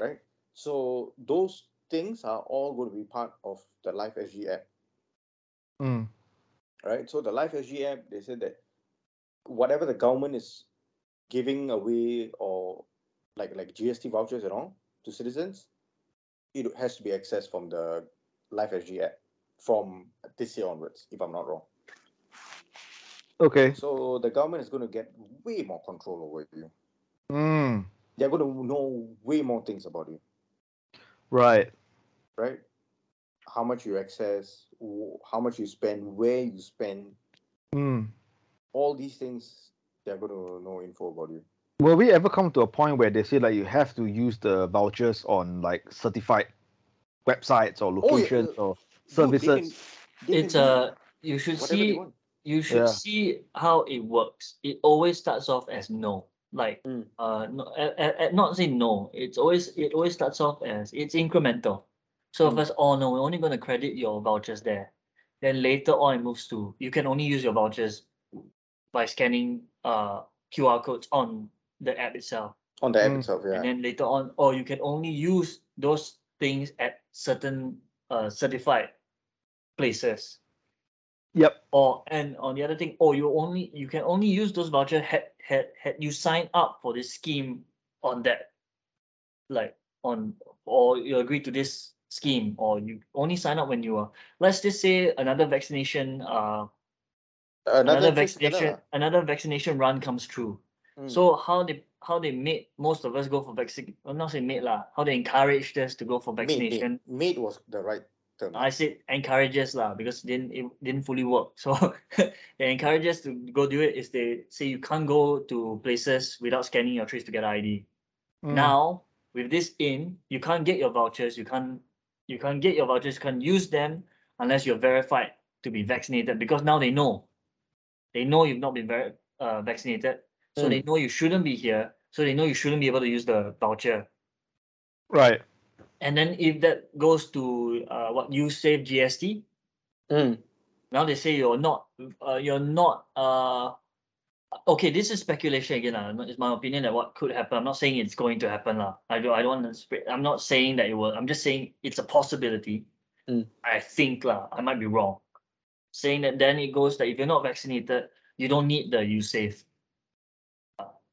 B: Right. So those things are all going to be part of the Life SG app.
A: Mm.
B: right? So the Life SG app, they said that whatever the government is giving away or like like GST vouchers and all to citizens, it has to be accessed from the Life SG app from this year onwards, if I'm not wrong.
A: Okay.
B: So the government is going to get way more control over you.
A: Mm.
B: They're going to know way more things about you,
A: Right.
B: right? How much you access, wh- how much you spend, where you spend,
A: Mm.
B: all these things, they're going to know info about you.
A: Will we ever come to a point where they say like you have to use the vouchers on like certified websites or
B: yeah,
A: locations
B: uh,
A: or
B: Dude, they
A: services?
B: can- they can
C: It's
B: do
C: a you should
B: whatever they
C: see
B: want.
C: you should
A: Yeah.
C: see how it works. It always starts off as no. Like
B: Mm.
C: uh no, eh, eh, eh, not say no. It's always it always starts off as it's incremental. So
B: Mm.
C: first, oh no, we're only gonna credit your vouchers there. Then later on it moves to you can only use your vouchers by scanning uh QR codes on the app itself.
B: on
C: Hmm.
B: the app
A: Mm.
B: itself.
C: and
B: Yeah,
C: then later on, or you can only use those things at certain uh, certified places.
A: Yep.
C: Or and on the other thing, or you only you can only use those voucher had had had you sign up for this scheme on that, like on or you agree to this scheme or you only sign up when you are let's just say another vaccination uh
B: Uh,
C: another, vaccination another vaccination run comes through
B: Mm.
C: so how they how they made most of us go for vaccine well, not say made lah how they encouraged us to go for
B: Made, made.
C: vaccination
B: Made was the right term.
C: I said encourages lah because it didn't it didn't fully work. So they encourage us to go do it is they say you can't go to places without scanning your trace together ID.
A: Mm-hmm. Mm.
C: Now with this in, you can't get your vouchers. You can't you can't get your vouchers. You can't use them unless you're verified to be vaccinated because now they know, they know you've not been ver- uh, vaccinated, so they know you shouldn't be here. So they know you shouldn't be able to use the voucher.
A: Right.
C: And then if that goes to uh, what you save GST,
B: Mm.
C: now they say you're not uh, you're not uh okay this is speculation again uh, it's my opinion that what could happen i'm not saying it's going to happen lah. i don't i don't want to spread i'm not saying that it will i'm just saying it's a possibility
B: Mm.
C: i think lah. i might be wrong saying that then it goes that if you're not vaccinated you don't need the you safe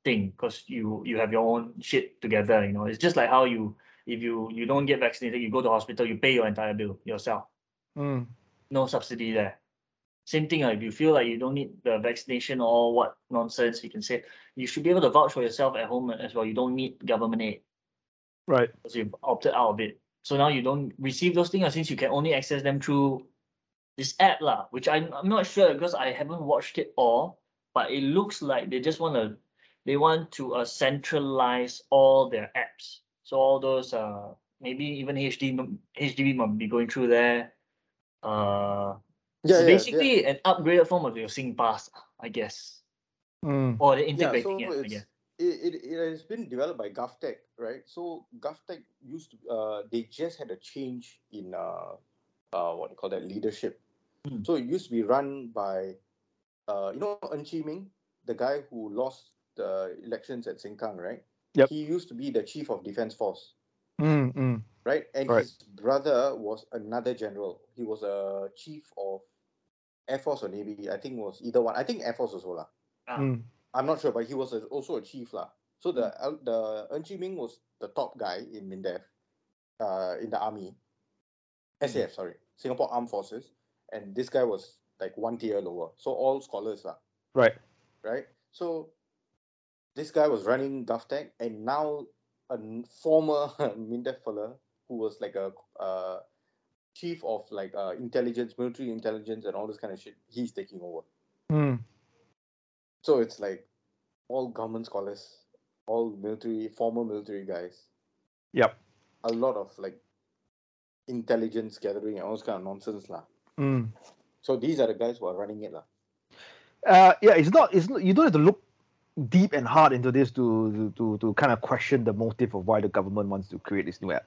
C: thing because you you have your own shit together you know it's just like how you if you you don't get vaccinated you go to hospital you pay your entire bill yourself
A: Mm.
C: no subsidy there. Same thing, ah, if you feel like you don't need the vaccination or what nonsense, you can say you should be able to vouch for yourself at home as well. You don't need government aid
A: Right.
C: because you've opted out of it. So now you don't receive those things ah, since you can only access them through this app lah, which I'm, I'm not sure because I haven't watched it all, but it looks like they just want to they want to uh, centralize all their apps. So all those uh maybe even HD m- HDB might be going through there. Uh
B: Yeah,
C: so
B: yeah,
C: basically an upgraded form of your SingPass, I guess.
A: Mm.
C: Or they're
B: yeah, yeah, so
C: integrating it, I
B: it's,
C: guess.
B: it, it, it has been developed by GovTech, right? So GovTech used to, uh, they just had a change in uh, uh, what do you call that, leadership.
C: Mm.
B: So it used to be run by, uh, you know, Ng Chi Ming, the guy who lost the elections at Sengkang, right?
A: Yep.
B: He used to be the chief of defense force.
A: Mm. Mm.
B: right? And
A: Right.
B: his brother was another general. He was a chief of Air Force or Navy. I think was either one. I think Air Force also lah.
C: Ah.
A: Mm.
B: I'm not sure, but he was a, also a chief lah. So the el- the Ng Chi Ming was the top guy in MINDEF, uh, in the army, SAF sorry, Singapore Armed Forces, and this guy was like one tier lower. So all scholars lah.
A: Right.
B: right? So this guy was running GovTech, and now a n- former MINDEF fella who was like a uh, chief of like uh, intelligence, military intelligence, and all this kind of shit, he's taking over.
A: Mm.
B: So it's like all government scholars, all military, former military guys,
A: Yep.
B: a lot of like intelligence gathering and all this kind of nonsense lah.
A: Mm.
B: So these are the guys who are running it lah.
A: Uh, yeah, it's not. It's not, you don't have to look deep and hard into this to to to kind of question the motive of why the government wants to create this new app.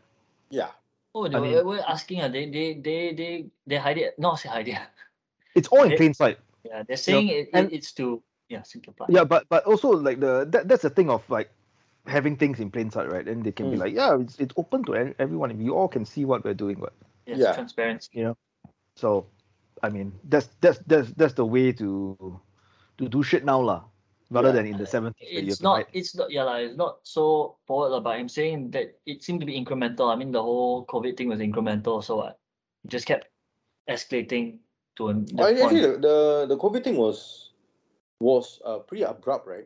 B: Yeah,
C: Oh, they
A: I
C: were,
A: mean-
C: were asking, uh, they, they, they, they, they hide it. Not say hide it.
A: It's all in
C: It-
A: plain sight.
C: Yeah, they're saying it, it,
A: and-
C: it's to, yeah, simplify.
A: Yeah, but but also like the that, that's the thing of like having things in plain sight, right? And they can be
B: Mm.
A: like, yeah, it's it's open to e- everyone. We all can see what we're doing, but
C: Yes,
B: Yeah.
C: transparency.
A: so I mean that's that's that's that's the way to to do shit now, lah. Rather
B: Yeah.
A: than in the seventies, that you have
C: It's
A: to hide.
C: not, it's not, yeah, like, it's not so forward, lah, but I'm saying that it seemed to be incremental. I mean, the whole COVID thing was incremental, so uh, it just kept escalating to an.
B: Oh,
C: that
B: actually,
C: point.
B: the, the the COVID thing was was uh, pretty abrupt, right?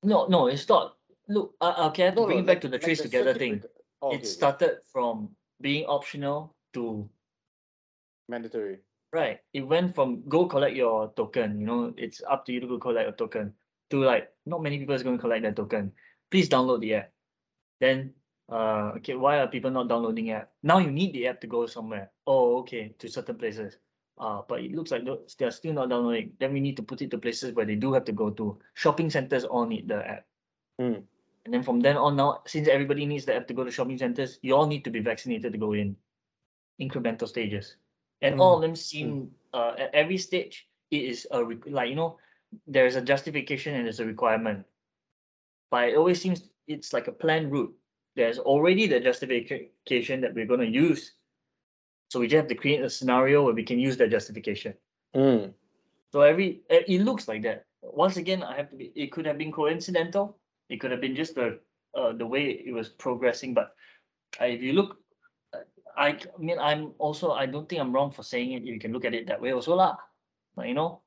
C: No, no, it's not. Look, uh, okay, I have to
B: No,
C: bring
B: no,
C: it back
B: like-
C: to the
B: like
C: trace together
B: circuit
C: thing.
B: breaker- Oh, okay,
C: it
B: okay.
C: started from being optional to
B: mandatory.
C: right it went from go collect your token you know it's up to you to go collect your token to like not many people is going to collect their token please download the app then uh okay why are people not downloading app now you need the app to go somewhere oh okay to certain places uh but it looks like tho- they're still not downloading then we need to put it to places where they do have to go to shopping centers all need the app
B: Mm.
C: and then from then on now, since everybody needs the app to go to shopping centers, you all need to be vaccinated to go in incremental stages. And all of them seem uh, at every stage, it is a re- like you know, there's a justification and there's a requirement. But it always seems it's like a planned route. There's already the justification that we're going to use. So we just have to create a scenario where we can use that justification.
B: Mm.
C: So every eh, it it looks like that. Once again, I have to be. It could have been coincidental. It could have been just the uh, the way it was progressing. But uh, if you look, uh, I c- mean, I'm also, I don't think I'm wrong for saying it. You can look at it that way also lah. But you know,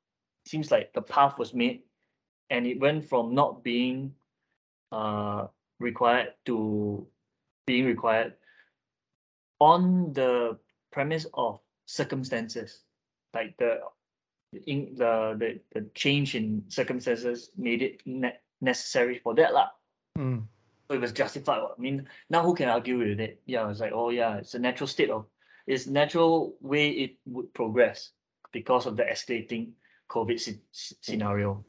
C: seems like the path was made and it went from not being uh required to being required on the premise of circumstances. Like the in the the, the change in circumstances made it ne- necessary for that lah.
A: Mm.
C: So it was justified. what. I mean, now who can argue with it? Yeah, it's like, oh yeah, it's a natural state of, it's natural way it would progress because of the escalating COVID sce- sce- scenario.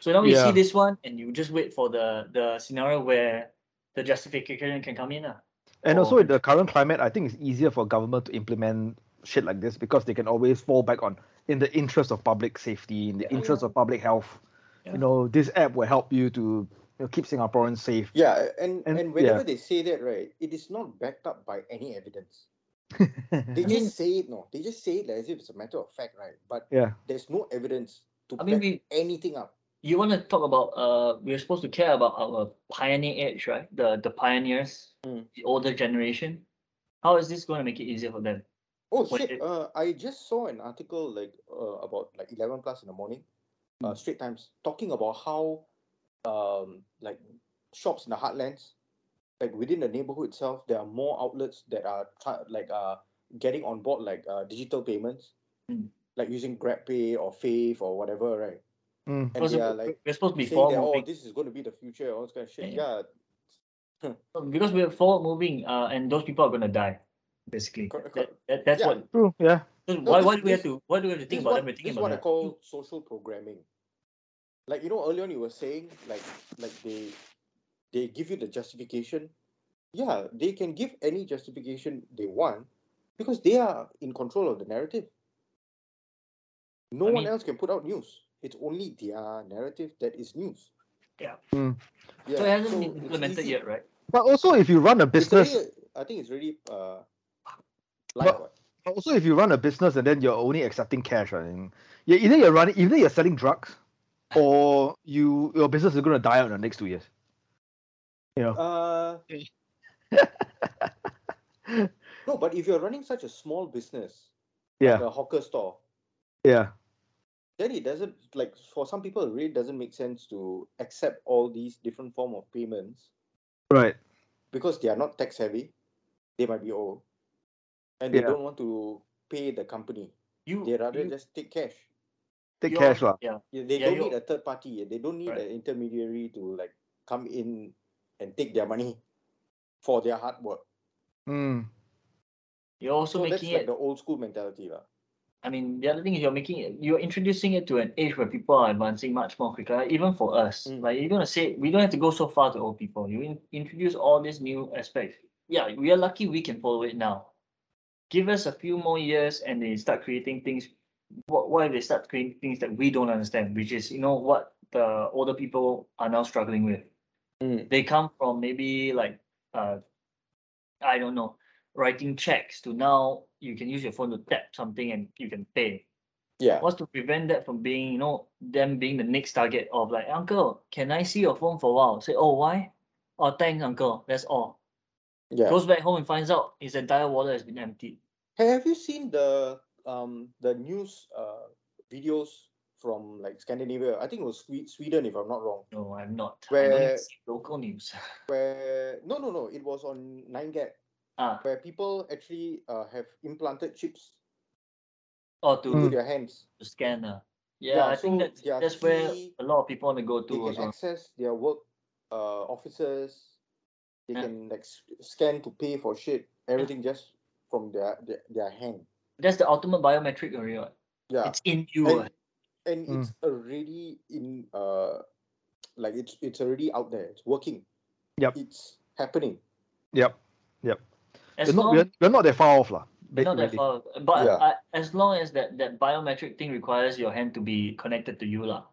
C: So now you
A: Yeah.
C: see this one, and you just wait for the the scenario where the justification can come in. ah.
A: And also
C: Or-
A: in the current climate, I think it's easier for government to implement shit like this because they can always fall back on in the interest of public safety, in the
C: Yeah.
A: interest of public health.
C: Yeah.
A: You know, this app will help you to you know, keep Singaporeans safe.
B: Yeah, and
A: And-
B: and,
A: yeah.
B: whenever they say that, right, it is not backed up by any evidence.
A: Mm-hmm.
B: They
C: I mean-
B: just say it, no, they just say it like as if it's a matter of fact, right? But
A: yeah.
B: there's no evidence to
C: I mean,
B: back
C: we
B: anything up.
C: you want to talk about uh we're supposed to care about our pioneer age right the the pioneers
B: Mm.
C: the older generation how is this going to make it easier for them
B: Oh
C: What
B: shit!
C: if-
B: Uh, I just saw an article like uh, about like eleven plus in the morning, uh,
C: Hmm.
B: Straight Times, talking about how um like shops in the heartlands, like within the neighborhood itself, there are more outlets that are try- like uh getting on board like uh, digital payments,
C: Mm.
B: like using GrabPay or Fave or whatever, right?
A: Mm.
B: And they
C: Supposed
B: are
C: to-
B: like
C: we're supposed to be
B: saying
C: forward
B: that oh,
C: moving
B: this is going to be the future, all this kind of shit.
C: Yeah.
B: Yeah,
C: because we're forward moving uh and those people are going to die basically
B: Correct,
C: that,
B: correct.
C: that, that's
B: Yeah.
C: what
A: True. Yeah.
C: then
B: No,
C: why,
B: this-
C: why do we have
B: this-
C: to why do we have to think
B: this what,
C: about that we're
B: this is
C: thinking about
B: what I
C: that
B: call social programming. Like you know, earlier on you were saying like like they they give you the justification. Yeah, they can give any justification they want because they are in control of the narrative. No
C: I
B: one
C: mean-
B: else can put out news. It's only their narrative that is news.
C: Yeah.
A: Mm.
B: Yeah.
C: so it hasn't
B: so
C: been
B: it's
C: implemented
B: easy.
C: yet right
A: But also, if you run a
B: It's
A: business,
B: already- I think it's really uh live.
A: But- but also if you run a business and then you're only accepting cash, I think you either you're running, either you're selling drugs, or you your business is gonna die out in the next two years. You know.
B: Uh, no, but if you're running such a small business,
A: yeah.
B: like a hawker store,
A: Yeah.
B: then it doesn't like for some people it really doesn't make sense to accept all these different form of payments
A: Right.
B: because they are not tech savvy they might be old and they
A: Yeah.
B: don't want to pay the company
C: you
B: they rather
C: you-
B: just take cash
A: Take
C: you're-
A: cash, lah.
C: yeah
B: Yeah, they
C: Yeah,
B: don't
C: you-
B: need a third party they don't need
C: Right.
B: an intermediary to like come in and take their money for their hard work
A: Mm.
C: you're also
B: so, that's
C: making
B: like
C: it
B: the old school mentality lah.
C: I mean, the other thing is you're making it, you're introducing it to an age where people are advancing much more quicker, even for us.
B: Mm.
C: Like, you're going to say, we don't have to go so far to old people. You in- introduce all these new aspects. Yeah, we are lucky we can follow it now. Give us a few more years and they start creating things. What, what if they start creating things that we don't understand, which is, you know, what the older people are now struggling with?
B: Mm.
C: They come from maybe like, uh, I don't know, writing checks to now you can use your phone to tap something and you can pay
B: yeah
C: what's to prevent that from being, you know, them being the next target of like, uncle, can I see your phone for a while? Say, oh, why? Oh, thanks, uncle. That's all.
B: yeah
C: Goes back home and finds out his entire wallet has been emptied.
B: have you seen the um the news uh videos from like scandinavia i think it was Swe- sweden if i'm not wrong
C: No, I'm not. I don't
B: Where-
C: see local news.
B: where no no no it was on 9gag
C: ah,
B: where people actually uh, have implanted chips
C: or to,
B: into
A: Mm.
B: their hands
C: to scan. ah. Yeah,
B: Hmm. Yeah,
C: I think
B: so
C: that's,
B: their
C: that's where
B: key-
C: a lot of people want to go
B: they
C: to
B: can
C: as well.
B: access their work uh, offices they
C: Yeah.
B: can like s- scan to pay for shit everything just from their their, their hand
C: That's the ultimate biometric area. what.
B: yeah
C: It's in you.
B: and,
C: what.
B: and
A: Mm.
B: it's already in uh like it's it's already out there it's working
A: Yep.
B: it's happening
A: Yep.
C: As
A: We're not,
C: long
A: we're, we're not that far off, lah.
C: They're not that
A: really.
C: far, but
B: Yeah.
C: I, as long as that that biometric thing requires your hand to be connected to you lah.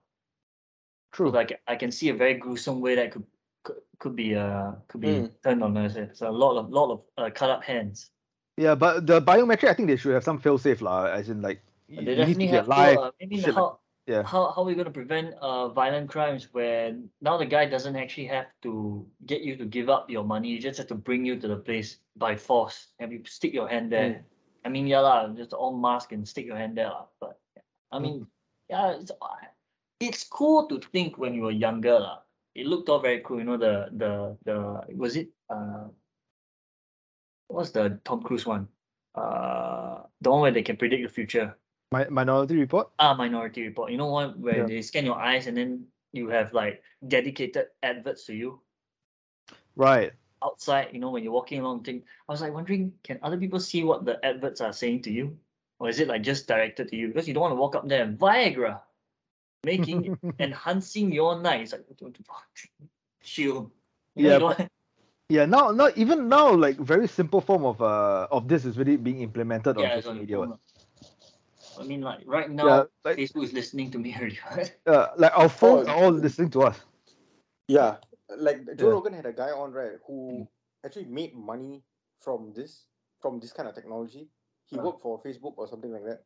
C: So
A: True.
C: like I can see a very gruesome way that could could, could be uh could be
B: Mm.
C: turned on us. It's a lot of lot of uh, cut up hands.
A: yeah, but the biometric, I think they should have some fail safe, lah. As in, like,
C: But
A: you,
C: they
A: you need to
C: definitely
A: be
C: have
A: alive.
C: to uh, maybe
A: shit like-
C: how
A: Yeah.
C: How how are we gonna prevent uh violent crimes where now the guy doesn't actually have to get you to give up your money, you just have to bring you to the place by force and you stick your hand there.
A: Mm.
C: I mean, yeah, lah, just all mask and stick your hand there, lah. But I
A: Mm.
C: mean, yeah, it's uh, it's cool to think when you were younger, lah. It looked all very cool, you know. The the the was it uh, what was the Tom Cruise one? Uh, the one where they can predict the future.
A: Mi- Minority Report.
C: Ah, Minority Report. You know one where
A: Yeah.
C: they scan your eyes and then you have like dedicated adverts to you
A: Right.
C: outside. You know when you're walking along. Thing I was like wondering, can other people see what the adverts are saying to you, or is it like just directed to you? Because you don't want to walk up there and Viagra, making enhancing your night. It's like shield. You know, you
A: Yeah,
C: don't-
A: Yeah, now, now even now, like very simple form of uh of this is really being implemented on
C: yeah, it's
A: social
C: on
A: media.
C: your
A: what.
C: phone lah. I mean, like right
A: Yeah,
C: now,
A: like
C: Facebook is listening to me already.
A: uh, like our phones
B: Oh,
A: are all listening to us.
B: Yeah, like Joe
A: Yeah. Hmm.
B: Rogan had a guy on right who actually made money from this from this kind of technology. He
C: Ah.
B: worked for Facebook or something like that.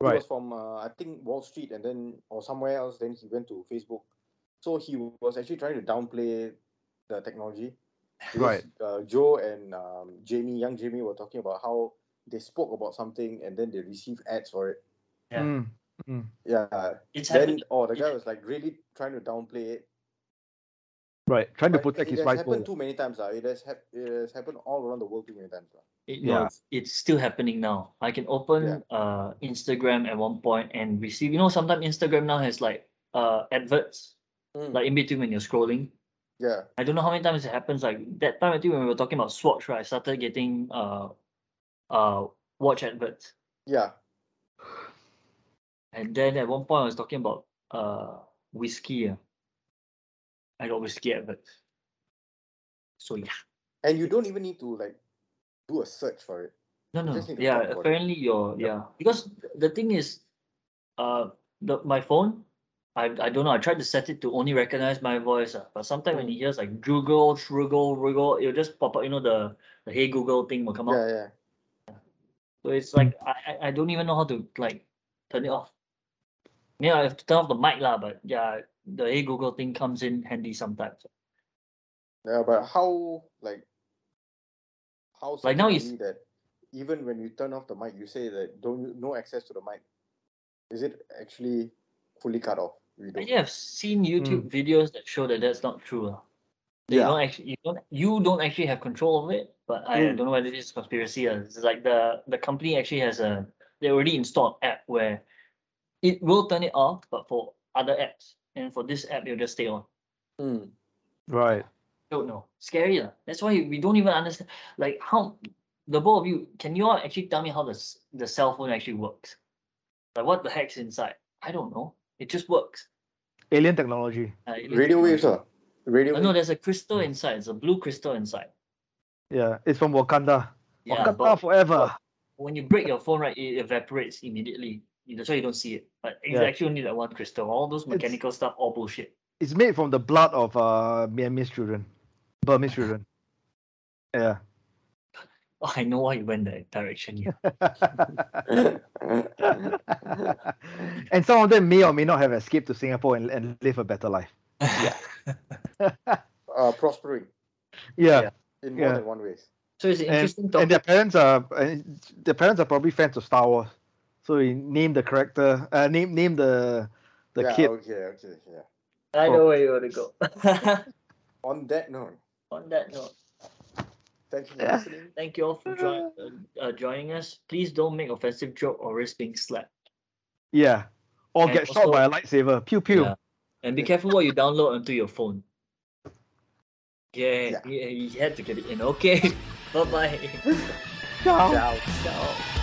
B: He
A: Right.
B: was from uh, I think Wall Street and then or somewhere else. Then he went to Facebook. So he was actually trying to downplay the technology. Because, Uh, Joe and um, Jamie, young Jamie, were talking about how they spoke about something and then they received ads for it.
C: Yeah.
A: Mm.
B: Yeah.
C: It's
B: Then
C: happening.
B: oh, the guy was like really trying to downplay it.
A: Right. Trying to
B: But
A: protect his
B: it has
A: rights.
B: happened too many times. lah. It, has hap- it has happened all around the world too many times. ah. lah.
C: It,
A: Yeah.
C: no, it's, it's still happening now. I can open uh Instagram at one point and receive. You know, sometimes Instagram now has like uh adverts,
B: Mm,
C: like in between when you're scrolling.
B: yeah.
C: I don't know how many times it happens. Like that time, I think when we were talking about Swatch, right? I started getting uh uh watch adverts.
B: Yeah.
C: And then at one point I was talking about uh whiskey. ah. I got whiskey adverts. So yeah.
B: And you don't even need to like do a search for it.
C: No, no.
B: just need to
C: Yeah,
B: talk about it.
C: apparently your
B: Yeah.
C: yeah. Because th- the thing is, uh, the my phone, I I don't know. I tried to set it to only recognize my voice, ah, but sometimes when
B: Mm.
C: it hears like Google, Shruggle, Wriggle, it'll just pop up. You know the the Hey Google thing will come up.
B: Yeah, yeah.
C: So it's like I I- I don't even know how to like turn it off. Yeah, I have to turn off the mic lah. But yeah, the Hey Google thing comes in handy sometimes.
B: Yeah, but how like how
C: Like
B: certain
C: now
B: are
C: it's-
B: we that even when you turn off the mic, you say that don't you- no access to the mic. Is it actually fully cut off? We
C: I
B: don't.
C: think I've seen YouTube
B: Mm.
C: videos that show that that's not true. ah. lah. That You
B: Yeah.
C: don't actually you don't you don't actually have control of it, but I
B: Mm.
C: don't know whether this is conspiracy. Or it's like the the company actually has a they already installed app where it will turn it off, but for other apps and for this app it'll just stay on.
B: Mm.
A: Right.
C: Don't know. Scary lah. That's why we don't even understand like how the both of you can you all actually tell me how the s- the cell phone actually works? Like what the heck's inside? I don't know. It just works.
A: Alien technology.
C: Uh, it-
B: Radio waves, huh? Radio
C: Uh,
B: waves.
C: no, there's a crystal inside. It's a blue crystal inside.
A: Yeah. It's from Wakanda.
C: Yeah,
A: Wakanda
C: but
A: forever.
C: when you break your phone, right, it evaporates immediately. You- That's why you don't see it. But it's
A: Yeah.
C: actually only that one crystal. All those
A: It's-
C: mechanical stuff, all bullshit.
A: It's made from the blood of uh Myanmar's children, Burmese children. Yeah.
C: Oh, I know why you went that direction. Yeah.
A: and some of them may or may not have escaped to Singapore and, and live a better life.
B: uh, prospering
A: Yeah.
C: Yeah.
B: in more
A: Yeah.
B: than one ways.
C: so it's an
A: and,
C: interesting
A: and their
C: topic.
A: parents are and their parents are probably fans of Star Wars, so he named the character, uh, name name the the
B: yeah.
A: kid.
B: Okay. Okay. Yeah.
C: I know where you want to go.
B: On that note,
C: On that note,
B: thank you for
A: Yeah.
B: listening.
C: thank you all for join, uh, uh, joining us. Please don't make offensive joke or risk being slapped.
A: Yeah, or
C: And
A: get shot
C: also-
A: by a lightsaber. Pew pew.
C: Yeah. And be careful what you download onto your phone. Yeah,
B: Yeah.
C: yeah, you had to get it in. Okay. bye bye.
A: Ciao.
B: Ciao.
C: Ciao.